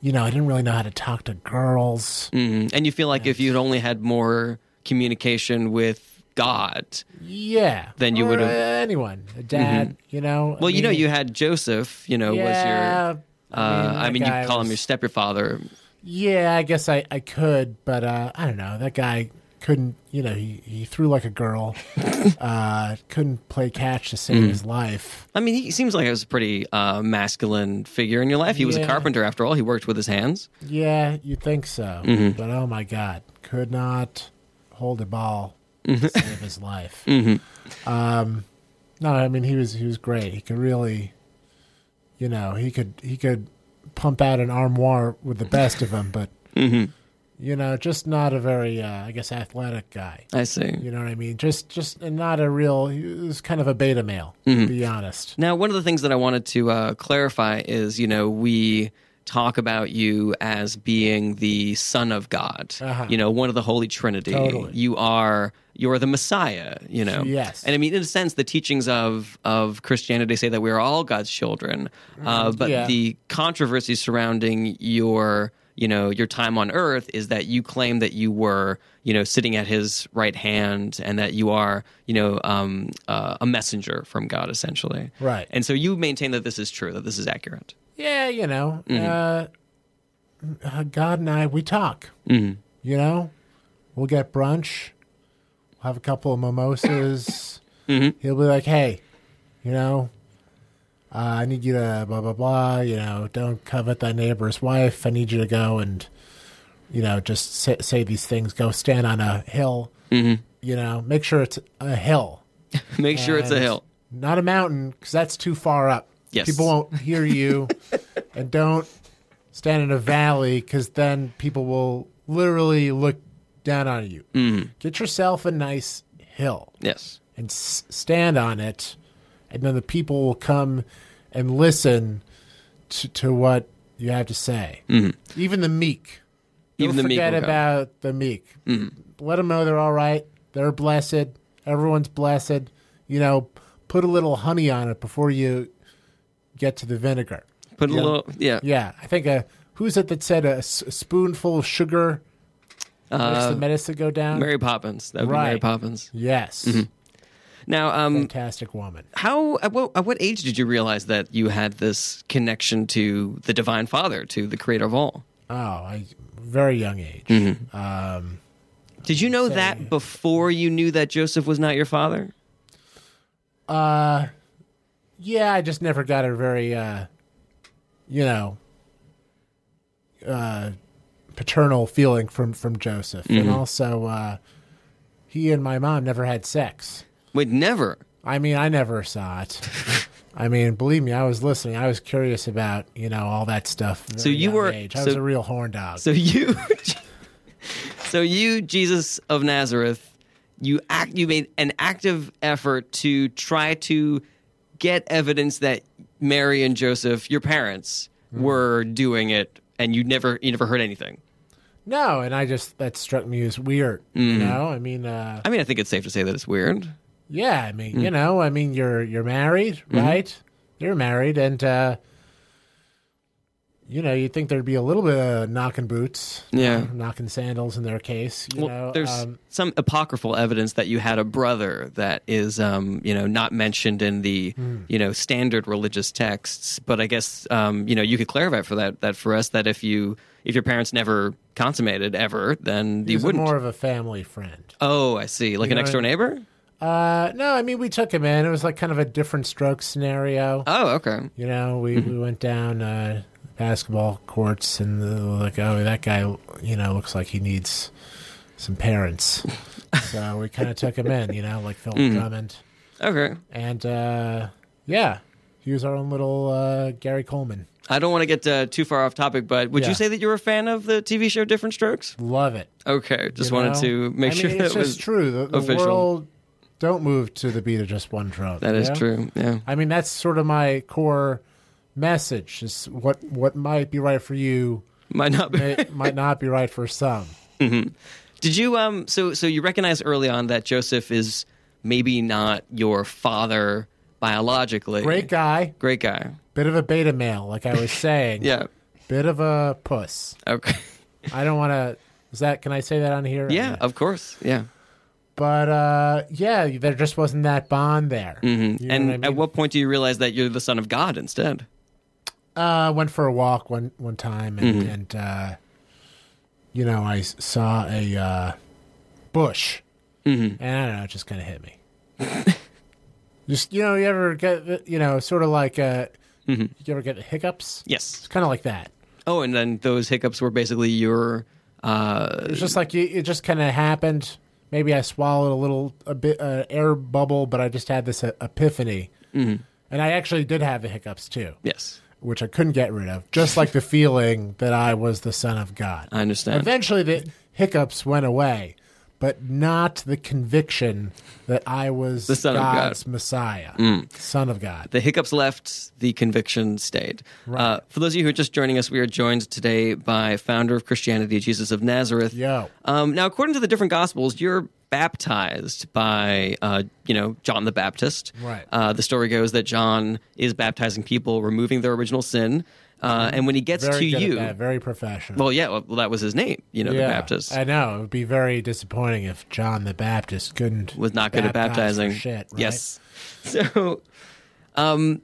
you know, I didn't really know how to talk to girls. Mhm. And you feel like if you'd only had more communication with God, Yeah. Then you Or, would've- Mm-hmm. uh, Anyone, a dad, you know. I well, you know, mean- you had Joseph. You know, Uh, was your. Uh, I that mean, guy you call him was- your step your father. Yeah, I guess I, I could, but uh, I don't know. That guy couldn't, you know, he, he threw like a girl, uh, couldn't play catch to Mm. save his life. I mean, he seems like he was a pretty uh, masculine figure in your life. He was a Yeah. carpenter, after all. He worked with his hands. Yeah, you'd think so. But oh my God, could not hold a ball to save his life. Um, no, I mean, he was, he was great. He could really, you know, he could, he could pump out an armoire with the best of them, but, you know, just not a very, uh, I guess, athletic guy. I see. You know what I mean? Just, just and not a real. He was kind of a beta male, to be honest. Now, one of the things that I wanted to uh, clarify is, you know, we talk about you as being the Son of God. Uh-huh. You know, one of the Holy Trinity. Totally. You are you are the Messiah. You know. Yes. And I mean, in a sense, the teachings of of Christianity say that we are all God's children. Uh, but Mm-hmm. Yeah. the controversy surrounding your you know your time on earth is that you claim that you were you know sitting at his right hand and that you are you know um, uh, a messenger from god essentially Right. and so you maintain that this is true, that this is accurate. Yeah, you know, uh, uh, God and I, we talk. Mm-hmm. You know, we'll get brunch. We'll have a couple of mimosas. He'll be like, "Hey, you know, uh, I need you to blah blah blah. You know, don't covet thy neighbor's wife. I need you to go and, you know, just say, say these things. Go stand on a hill. You know, make sure it's a hill." Make sure it's a And hill. not a mountain, because that's too far up. Yes. people won't hear you, and don't stand in a valley, because then people will literally look down on you. Get yourself a nice hill Mm-hmm. Yes. and s- stand on it, and then the people will come and listen to, to what you have to say. Mm-hmm. Even the meek. Even Don't the meek forget will come. about the meek. Mm-hmm. Let them know they're all right. They're blessed. Everyone's blessed. You know, put a little honey on it before you get to the vinegar. Put a little, yeah. Yeah, I think uh who's it that said a, s- a spoonful of sugar Makes Uh, the medicine go down. Mary Mm-hmm. Poppins. That would be Mary Right. Poppins. yes, Now, um, fantastic woman. how at what, at what age did you realize that you had this connection to the divine father to the creator of all Oh, I very young age. Mm-hmm. Um, did you know that before you knew that joseph was not your father uh, yeah, I just never got a very, uh, you know, uh, paternal feeling from from Joseph, and Mm-hmm. also uh, he and my mom never had sex. wait never I mean, I never saw it. I mean, believe me, I was listening. I was curious about you know all that stuff. So very you young were- age. I was so- a real horn dog. so you so you jesus of nazareth you act you made an active effort to try to get evidence that mary and joseph your parents were doing it and you never you never heard anything no, and I just that struck me as weird. Mm-hmm. You know, I mean, uh, i mean i think it's safe to say that it's weird yeah, I Hmm. mean, you know, I mean, you're you're married, right? You're married, and uh, you know, you'd think there'd be a little bit of knocking boots, Yeah. knocking sandals in their case. You Well, know, there's um, some apocryphal evidence that you had a brother that is, um, you know, not mentioned in the, Hmm. you know, standard religious texts. But I guess, um, you know, you could clarify for that that for us that if you if your parents never consummated ever, then he you was wouldn't. more of a family friend. oh, I see, like an know next door what I- neighbor. Uh, no, I mean, we took him in. It was like kind of a different stroke scenario. Oh, Mm-hmm. okay. You know, we, we went down uh, basketball courts and they were like, oh, that guy, you know, looks like he needs some parents. so we kind of took him in, you know, like Phil Mm-hmm. Drummond. Okay. And uh, yeah, he was our own little uh, Gary Coleman. I don't want to get uh, too far off topic, but would Yeah. you say that you're a fan of the TV show Different Strokes? Love it. Okay, just you wanted know? to make I sure mean, that it's was just true. The, the official. world don't move to the beat of just one drum. that is you know? true. Yeah. I mean, that's sort of my core message is what what might be right for you Might not be. may, might not be right for some. Did you um so so you recognize early on that Joseph is maybe not your father biologically. Great guy, Great guy. bit of a beta male, like I was saying. Yeah. Bit of a puss. Okay. I don't want to. Is that? Can I say that on here? Yeah, of course. Yeah. But uh, yeah, there just wasn't that bond there. Mm-hmm. and at what point do you realize that you're the son of God instead? Uh, I went for a walk one one time, and, and uh, you know, I s- saw a uh, bush, mm-hmm. and I don't know, it just kind of hit me. just you know, you ever get the- you know, sort of like uh, you ever get the hiccups? Yes. It's kind of like that. Oh, and then those hiccups were basically your uh It's just like you, it just kind of happened. Maybe I swallowed a little a bit uh, air bubble, but I just had this uh, epiphany, and I actually did have the hiccups too, yes. which I couldn't get rid of. Just like the feeling that I was the son of God. I understand. Eventually, the hiccups went away, but not the conviction that I was The Son of God. Mm. God's Messiah, Son of God. The hiccups left, the conviction stayed. Uh, for those of you who are just joining us, we are joined today by founder of Christianity, Jesus of Nazareth. Yo. Um, now, according to the different Gospels, you're baptized by, uh, you know, John the Baptist. Right. Uh, the story goes that John is baptizing people, removing their original sin. Uh, and when he gets to Very good you, at that. Very professional. well, yeah, well, that was his name, you know, yeah, the Baptist. I know it would be very disappointing if John the Baptist couldn't was not good at baptize for baptizing. Shit, right? Yes. So, um,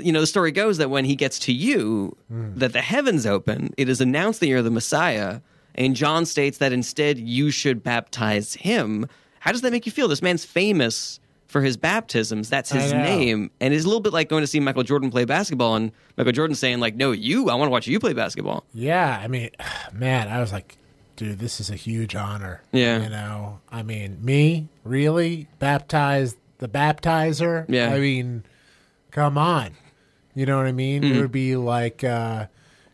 you know, the story goes that when he gets to you, Hmm. that the heavens open, it is announced that you're the Messiah, and John states that instead you should baptize him. How does that make you feel? This man's famous for his baptisms. That's his I know. name, and it's a little bit like going to see Michael Jordan play basketball, and Michael Jordan saying like, "No, you. I want to watch you play basketball." Yeah, I mean, man, I was like, dude, this is a huge honor. Yeah. You know, I mean, me, really? Baptized the baptizer? Yeah. I mean, come on. You know what I mean? Mm-hmm. It would be like uh,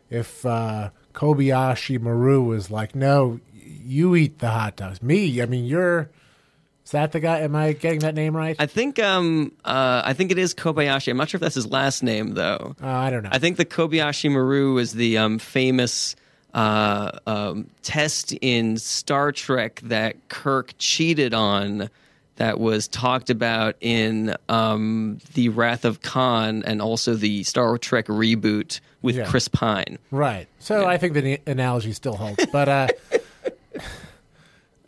if uh, Kobayashi Maru was like, no, you eat the hot dogs. Me, I mean, you're. Is that the guy? Am I getting that name right? I think um, uh, I think it is Kobayashi. I'm not sure if that's his last name though. uh, I don't know. I think the Kobayashi Maru is the um, famous uh, um, test in Star Trek that Kirk cheated on. That was talked about in um, the Wrath of Khan and also the Star Trek reboot with Yeah. Chris Pine. Right. So I think the analogy still holds. But uh,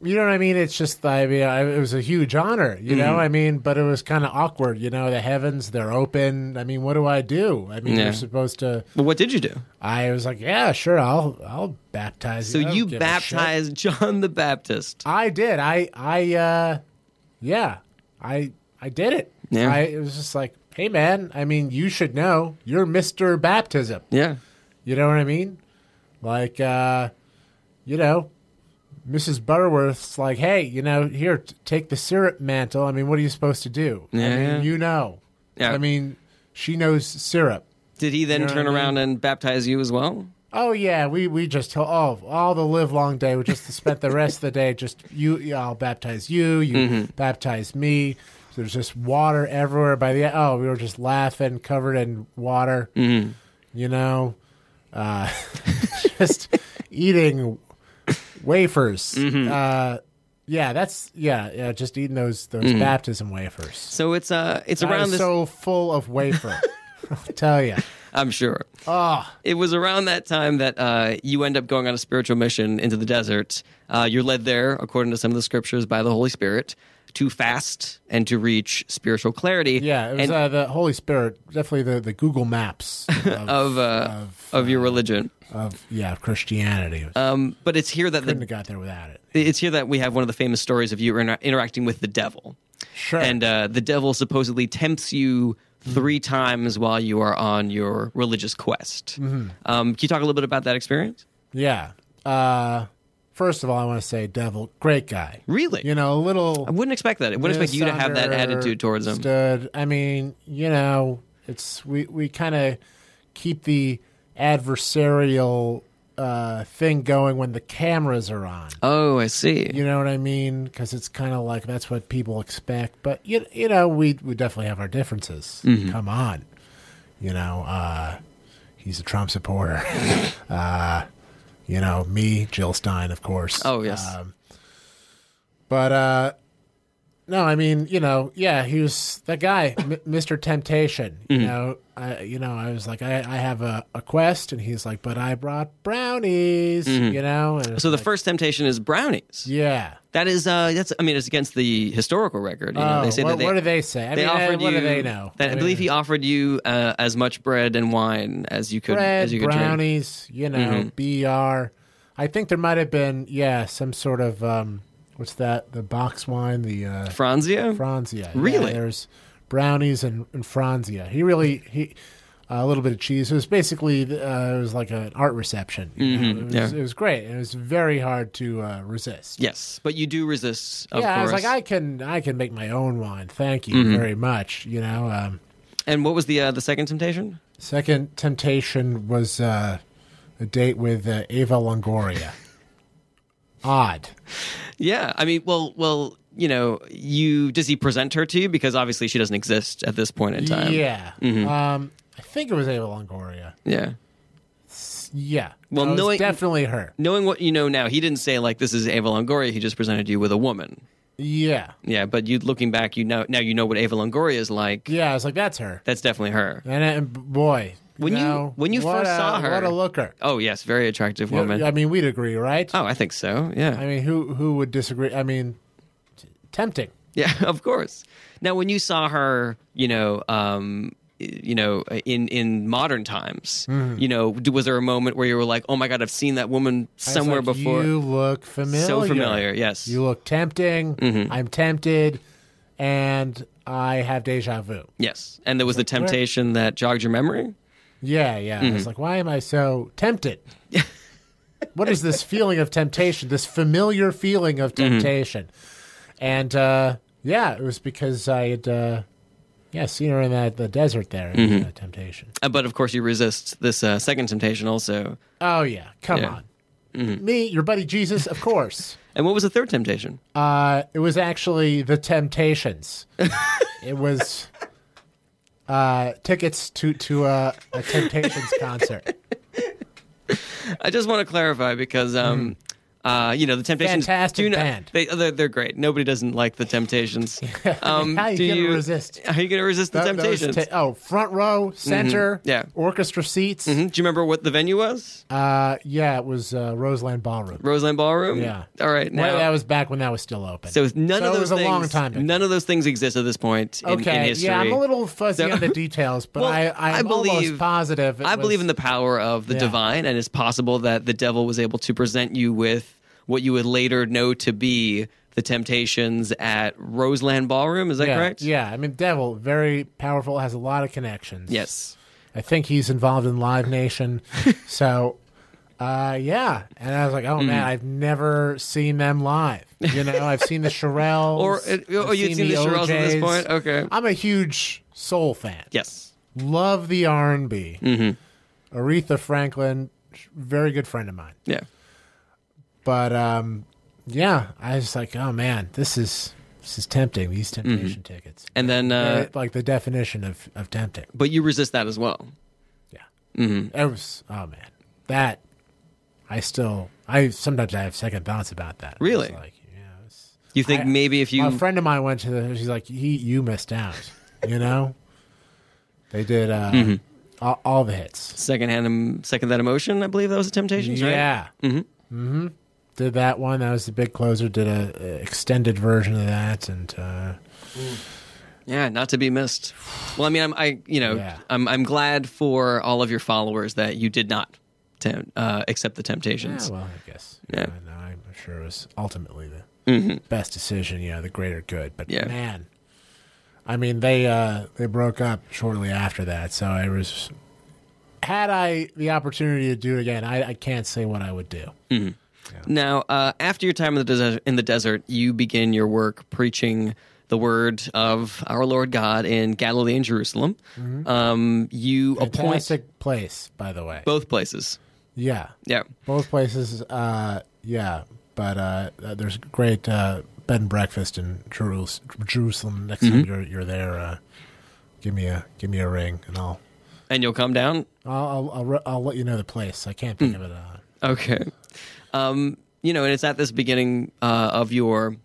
You know what I mean? It's just, I mean, I, it was a huge honor, you Mm-hmm. know? I mean, but it was kind of awkward, you know? The heavens, they're open. I mean, what do I do? I mean, Yeah. you're supposed to. Well, what did you do? I was like, yeah, sure, I'll I'll baptize So you. I don't you give a shit. baptized John the Baptist. I did. I I uh yeah. I I did it. Yeah. I it was just like, hey man, I mean you should know. You're Mr. Baptism. Yeah. You know what I mean? Like uh you know, Mrs. Butterworth's like, hey, you know, here, t- take the syrup mantle. I mean, what are you supposed to do? I Yeah. mean, you know. Yeah. I mean, she knows syrup. Did he then know turn what I mean? around and baptize you as well? Oh yeah, we we just told all all the live long day. We just spent the rest of the day just you. yeah, I'll baptize you. You Mm-hmm. baptize me. There's just water everywhere. By the oh, we were just laughing, covered in water. Mm-hmm. You know, uh, just eating wafers. Mm-hmm. Uh, yeah, that's yeah, yeah. Just eating those those baptism wafers. So it's uh Mm-hmm. it's I around was this so full of wafer. I'll tell you. I'm sure. Oh, It was around that time that uh, you end up going on a spiritual mission into the desert. Uh, you're led there, according to some of the scriptures, by the Holy Spirit to fast and to reach spiritual clarity. Yeah, it was and uh, the Holy Spirit, definitely the, the Google Maps of, of, uh, of, of your religion. of, yeah of Christianity. It Um, but it's here that couldn't the, have got there without it. it's here that we have one of the famous stories of you inter- interacting with the devil. Sure. Mm-hmm. and uh, the devil supposedly tempts you three times while you are on your religious quest. Mm-hmm. Um, can you talk a little bit about that experience? yeah. Uh, first of all, I want to say, Devil, great guy. Really? You know, a little. I wouldn't expect that. I wouldn't expect you to have that attitude towards him. Stood. I mean, you know, it's we we kind of keep the adversarial uh, thing going when the cameras are on. Oh, I see. You know what I mean? Because it's kind of like that's what people expect. But you, you know, we we definitely have our differences. Mm-hmm. Come on, you know, uh, he's a Trump supporter. uh, you know, me, Jill Stein, of course. Um, oh, yes. But uh, no, I mean, you know, yeah, he was that guy, M- Mr. Temptation. Mm-hmm. You know, I, you know, I was like, I, I have a, a quest, and he's like, but I brought brownies. You know, and it's Mm-hmm. so the like, first temptation is brownies. yeah. That is, uh, that's. I mean, it's against the historical record. You know, Oh, they say what, that they, what do they say? I they mean, eh, offered what you. do they know? That, I, mean, believe he offered you uh, as much bread and wine as you could bread, as you could Mm-hmm. drink. brownies, you know, BR. I think there might have been, yeah, some sort of um, what's that? The box wine, the uh, Franzia. Franzia. Yeah, Really? there's brownies and, and Franzia. He really he a little bit of cheese. It was basically uh, it was like an art reception. you know? it, was, Mm-hmm. yeah. it was great. It was very hard to uh, resist. yes, but you do resist. Of yeah, I was course. Mm-hmm. like, I can, I can make my own wine. Thank you very much. You know, um, and what was the uh, the second temptation? Second temptation was uh, a date with uh, Ava Longoria. Odd. Yeah, I mean, well, well, you know, you does he present her to you because obviously she doesn't exist at this point in time. Mm-hmm. Yeah. Um, I think it was Ava Longoria. yeah. Yeah. Well, That was knowing- definitely her. Knowing what you know now, he didn't say like this is Ava Longoria. He just presented you with a woman. Yeah. Yeah, but you looking back, you know now you know what Ava Longoria is like. Yeah. I was like, that's her. That's definitely her. And, and boy, When you- know, when you what first a- saw her- what a looker. Oh yes, very attractive woman. I mean, we'd agree, right? oh, I think so. Yeah, I mean, who who would disagree? I mean, t- tempting. yeah, of course. Now, when you saw her, you know, um, y- you know, in in modern times, Mm-hmm. you know, d- was there a moment where you were like, oh my god, I've seen that woman I was somewhere like, before? You look familiar. So familiar, yes. You look tempting. I'm tempted, and I have deja vu. Yes, and there was the temptation that jogged your memory. Yeah, yeah. It's like, why am I so tempted? what is this feeling of temptation? This familiar feeling of temptation, and uh, yeah, it was because I had uh, yeah seen her in that the desert there, in uh, temptation. Uh, But of course, you resist this uh, second temptation also. Oh yeah, come Yeah. on, me, your buddy Jesus, of course. And what was the third temptation? Uh, it was actually the Temptations. it was uh, tickets to to a, a Temptations concert. I just want to clarify because um, Uh, you know, the Temptations. Mm. Fantastic do not- band. They, oh, they're, they're great. Nobody doesn't like the Temptations. Um, How you do gonna resist? How you going to resist the That- that was Temptations? Mm-hmm. ta- oh, front row, center, Yeah. orchestra seats. Mhm. Do you remember what the venue was? Uh, yeah, it was uh, Roseland Ballroom. Roseland Ballroom. Yeah. All right. Now Well, that was back when that was still open. so none So of those it was a things. long time ago. None of those things exist at this point in, okay, in history. yeah, I'm a little fuzzy So- on the details, but Well, I, I'm I believe- almost positive. it I believe was- in the power of the Yeah. divine, and it's possible that the devil was able to present you with what you would later know to be the Temptations at Roseland Ballroom. Is that yeah, correct? Yeah, I mean, Devil, very powerful, has a lot of connections. Yes. I think he's involved in Live Nation. so, uh, yeah. And I was like, Mm. oh man, I've never seen them live. You know, I've seen the Shirelles. Or- oh, I've you'd seen the Shirelles at this OJs. point? Okay. I'm a huge soul fan. Yes. Love the R and B. Mm-hmm. Aretha Franklin, sh- very good friend of mine. Yeah. But um, yeah, I was like, oh man, this is this is tempting. These temptation tickets, And then, Mm-hmm. uh, They're like the definition of of tempting. but you resist that as well. Yeah. Mm-hmm. It was oh man. That I still I sometimes I have second thoughts about that. I was Really? Like, yeah. It's, You think I- maybe if you a friend of mine went to the she's like, he you missed out. you know? They did uh Mm-hmm. all, all the hits. secondhand em- second that emotion, I believe that was a Temptations, right? Yeah. Mm-hmm. Mm-hmm. Did that one. That was the big closer. Did a, a extended version of that, and uh, Yeah, not to be missed. Well, I mean, I'm, I, you know, Yeah. I'm, I'm glad for all of your followers that you did not tem- uh, accept the yeah, Temptations. well, I guess. Yeah. Mm-hmm. Uh, no, I'm sure it was ultimately the best decision. You know, the greater good. But Yeah. man, I mean, they uh, they broke up shortly after that. So I was, had I the opportunity to do it again, I, I can't say what I would do. Mm-hmm. Now, uh, after your time in the desert, in the desert, you begin your work preaching the word of our Lord God in Galilee and Jerusalem. Um, you appoint Mm-hmm. Fantastic place, by the way. both places. yeah, Yeah. both places. Uh, yeah, but uh, there's a great uh, bed and breakfast in Jerus- Jerusalem. Next Mm-hmm. time you're you're there, uh, give me a give me a ring, and I'll. And you'll come down. I'll I'll, I'll, re- I'll let you know the place. I can't Hmm. think of it. Uh, Okay. Um, you know, and it's at this beginning uh, of your,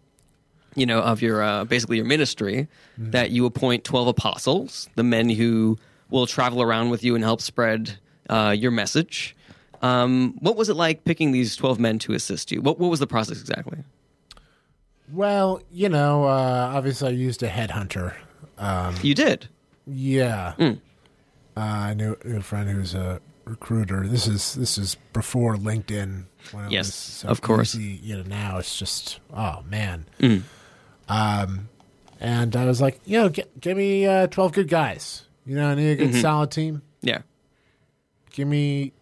you know, of your uh, basically your ministry Mm-hmm. that you appoint 12 apostles, the men who will travel around with you and help spread uh, your message. Um, what was it like picking these 12 men to assist you? What, what was the process exactly? well, you know, uh, obviously I used a headhunter. Um, You did. Yeah, Hmm. uh, I knew, knew a friend who's a recruiter. This is this is before LinkedIn. When it Yes, was so of course. Hmm. easy, you know, now it's just oh man. Um, and I was like, you know, gi- give me uh, twelve good guys. You know, I need a Mm-hmm. good solid team. Yeah. give me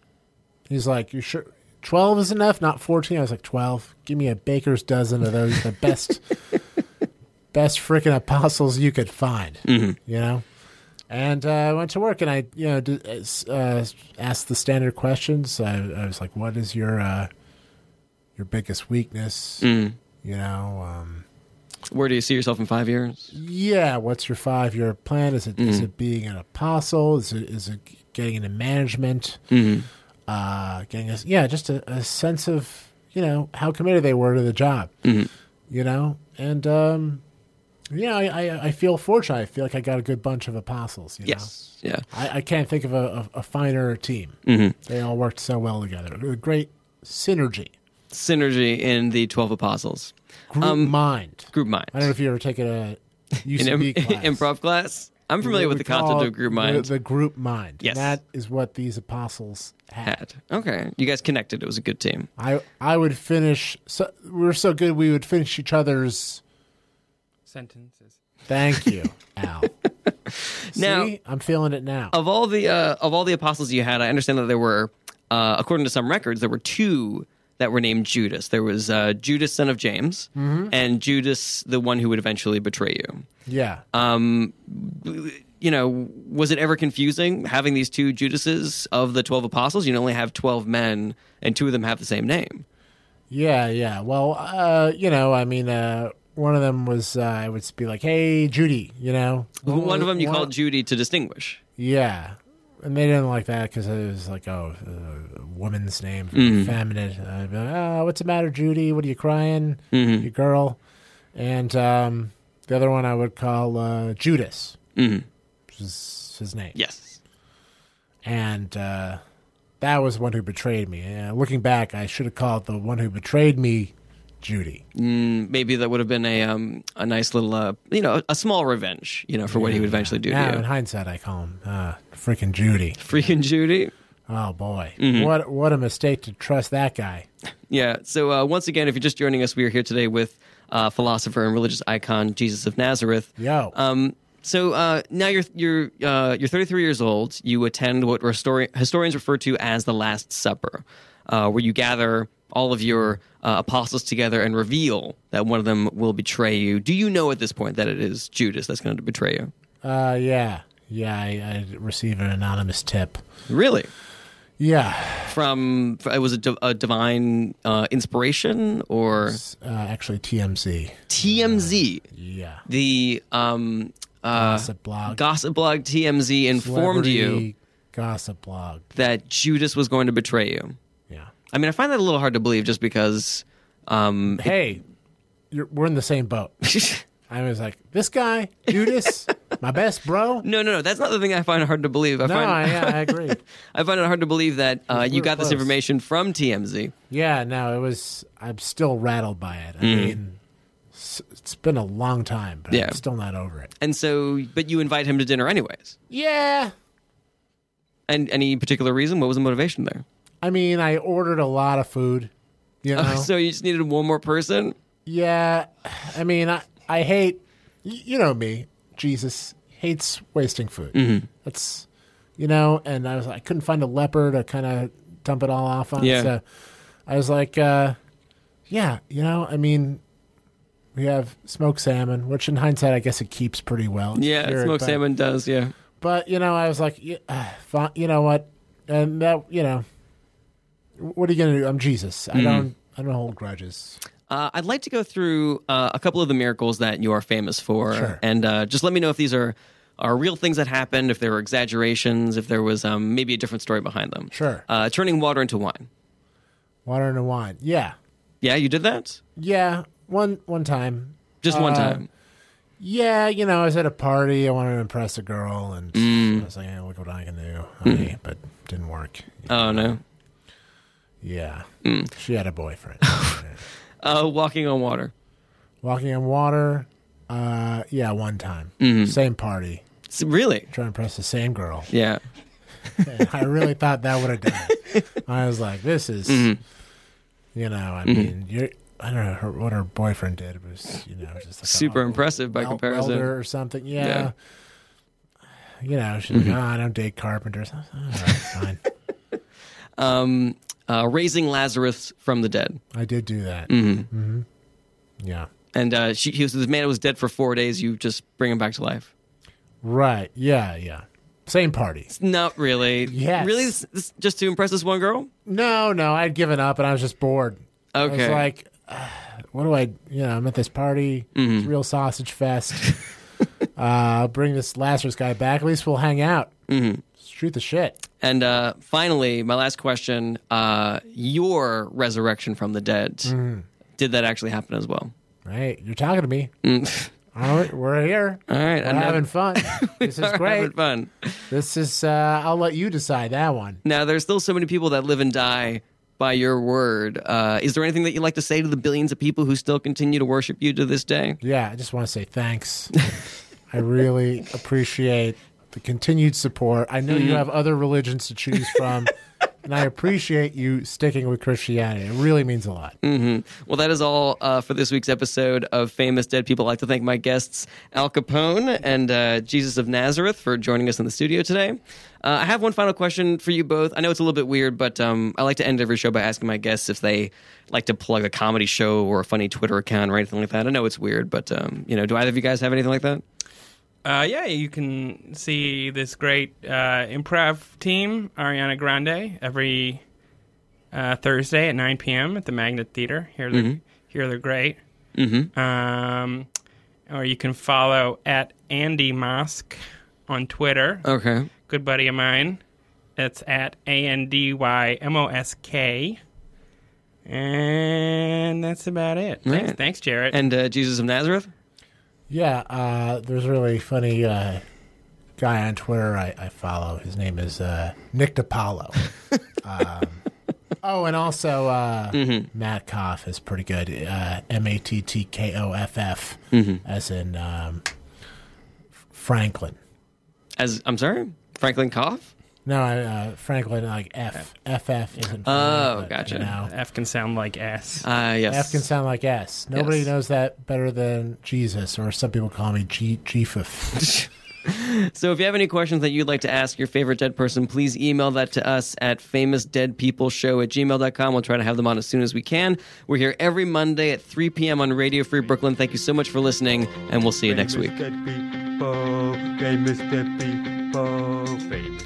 he's like you sure 12 is enough not 14 i was like 12 give me a baker's dozen of those the best best freaking apostles you could find you know and uh, i went to work and i you know did, uh, s- uh, asked the standard questions I, I was like what is your uh, your biggest weakness Mm. you know um, Where do you see yourself in five years? yeah what's your five year plan is it is it being an apostle is it is it getting into management uh, getting a, yeah, just a, a sense of you know how committed they were to the job, Mm-hmm. you know, and um, yeah, I, I I feel fortunate. I feel like I got a good bunch of apostles. You Yes. Yeah. know? I, I can't think of a, a, a finer team. Mm-hmm. They all worked so well together. A great synergy, Synergy in the 12 apostles. group mind. Group mind. I don't know if you ever uh, taken a Um, in UCB class. improv class. I'm familiar with What we the concept call of group the- mind. The, group mind. Yes. that is what these apostles had. had. Okay, you guys connected. It was a good team. I I would finish. So, we were so good. We would finish each other's. Sentences. Thank you, Al. Now- See, I'm feeling it now. Of all the uh, of all the apostles you had, I understand that there were, uh, according to some records, there were two that were named Judas. There was uh, Judas, son of James, and Judas, the one who would eventually betray you. yeah, You know, was it ever confusing having these two Judases of the twelve apostles? You only have twelve men, and two of them have the same name. yeah, yeah. Well, uh, you know, I mean, uh, one of them was uh, I would be like, "Hey, Judy," you know. One of them you called Judy to distinguish. Yeah, and they didn't like that because it was like, oh, uh, woman's name, feminine. Uh, I'd be like, oh, what's the matter, Judy? What are you crying, you girl? And um, the other one I would call uh, Judas, Mhm. which is his name. Yes. And uh, that was one who betrayed me. And looking back, I should have called the one who betrayed me Judy. Mm, maybe that would have been a um, a nice little uh, you know a small revenge you know for what he would eventually do Now, to in you. hindsight, I call him uh, freaking Judy. Freaking Judy. Oh boy, what what a mistake to trust that guy. Yeah. So uh, once again, if you're just joining us, we are here today with uh, philosopher and religious icon Jesus of Nazareth. Yo. Um, so uh, now you're you're uh, you're 33 years old. You attend what restori- historians refer to as the Last Supper, uh, where you gather all of your uh, apostles together and reveal that one of them will betray you. Do you know at this point that it is Judas that's going to betray you? Uh, yeah, yeah. I, I receive an anonymous tip. Really? Yeah, From it was a, di- a divine uh, inspiration or it's, uh, actually TMZ. TMZ, Yeah, the um, uh, gossip blog. gossip blog TMZ informed you Celebrity Gossip blog. that Judas was going to betray you. Yeah. I mean, I find that a little hard to believe just because. Um, Hey, you're, we're in the same boat. no, I was like, this guy, Judas, my best bro. no, no. That's not the thing I find hard to believe. I No, find I, yeah, I agree. I find it hard to believe that uh, you We're got this close. information from TMZ. Yeah, no, it was. I'm still rattled by it. I mean, s- it's been a long time, but Mm. Yeah. I'm still not over it. And so, but you invite him to dinner anyways. Yeah, And any particular reason? What was the motivation there? I mean, I ordered a lot of food. You know, So you just needed one more person. yeah. I mean, I I hate y- you know me. Jesus hates wasting food. Mm-hmm. That's you know, and I was I couldn't find a leper to kind of dump it all off on. Yeah. So I was like, uh, yeah, you know, I mean. We have smoked salmon, which in hindsight, I guess it keeps pretty well. It's Yeah, cured, smoked but- salmon does. Yeah, But you know, I was like, y- uh, fi- you know what? And that, you know, what are you gonna do? I'm Jesus. Mm-hmm. I don't, I don't hold grudges. uh, I'd like to go through uh, a couple of the miracles that you are famous for, Sure. and uh, just let me know if these are are real things that happened, if there were exaggerations, if there was um, maybe a different story behind them. Sure. Uh, turning water into wine. Water and wine. Yeah, Yeah, you did that yeah. One, one time. just one Uh, time. Yeah, you know, I was at a party. I wanted to impress a girl, and I was like, hey, look what I can do, honey. But didn't work. Oh no. Yeah, she had a boyfriend. Uh, walking on water. Walking on water. Uh, yeah, one time. Mm-hmm. Same party. S- really? Trying to impress the same girl. Yeah. I really thought that would have done it. I was like, this is, you know, I mean, you're, I don't know her, what her boyfriend did was, you know, just like a Super wel- impressive by wel- comparison. welder or something. Yeah. Yeah. Mm-hmm. You know, she's like, oh, I don't date carpenters. I was like, All right, fine. Um, uh, raising Lazarus from the dead. I did do that. Mm-hmm. Yeah. And uh, she, he was this man was dead for four days. You just bring him back to life. Right. Yeah. Yeah. Same party. Not really. Yes. Really? This, this, just to impress this one girl? No, no, I'd given up and I was just bored. I Okay. was like, "Ah, what do I, you know, I'm at this party, Mm-hmm. it's real sausage fest. uh, bring this Lazarus guy back. At least we'll hang out. Mm-hmm. Shoot the shit. and uh, finally, my last question uh, your resurrection from the dead. Mm. Did that actually happen as well? Right. You're talking to me. Mm. All right. We're here. All right. We're I'm having fun. This is Having great. fun. This is, uh, I'll let you decide that one. Now, there's still so many people that live and die by your word. Uh, is there anything that you'd like to say to the billions of people who still continue to worship you to this day? Yeah. I just want to say thanks. I really appreciate the continued support. I know you have other religions to choose from. And I appreciate you sticking with Christianity. It really means a lot. Well, that is all uh, for this week's episode of Famous Dead People. I'd like to thank my guests, Al Capone and uh, Jesus of Nazareth, for joining us in the studio today. Uh, I have one final question for you both. I know it's a little bit weird, but um, I like to end every show by asking my guests if they like to plug a comedy show or a funny Twitter account or anything like that. I know it's weird, but um, you know, do either of you guys have anything like that? Uh, yeah, you can see this great uh, improv team, Ariana Grande, every uh, Thursday at 9 p.m. at the Magnet Theater. Here they're, here they're great. Mm-hmm. Um, or you can follow at Andy Mosk on Twitter. Okay. Good buddy of mine. It's at A N D Y M O S K. And that's about it. Thanks, Right. thanks Jarrett. And uh, Jesus of Nazareth? Yeah, uh, there's a really funny uh, guy on Twitter I, I follow. His name is uh, Nick DiPaolo. um, oh, and also uh, Matt Koff is pretty good. Uh, M A T T K O F F, as in um, F- Franklin. As I'm sorry? Franklin Koff? No, I- uh, Franklin like F F F isn't. Oh, Franklin, gotcha. You know? F can sound like S. Uh, yes. F can sound like S. Nobody Yes. knows that better than Jesus, or some people call me G Gfif. So if you have any questions that you'd like to ask your favorite dead person, please email that to us at famousdeadpeopleshow at gmail.com. We'll try to have them on as soon as we can. We're here every Monday at 3 p.m. on Radio Free Brooklyn. Thank you so much for listening, and we'll see you next week. Famous dead people, famous dead people, famous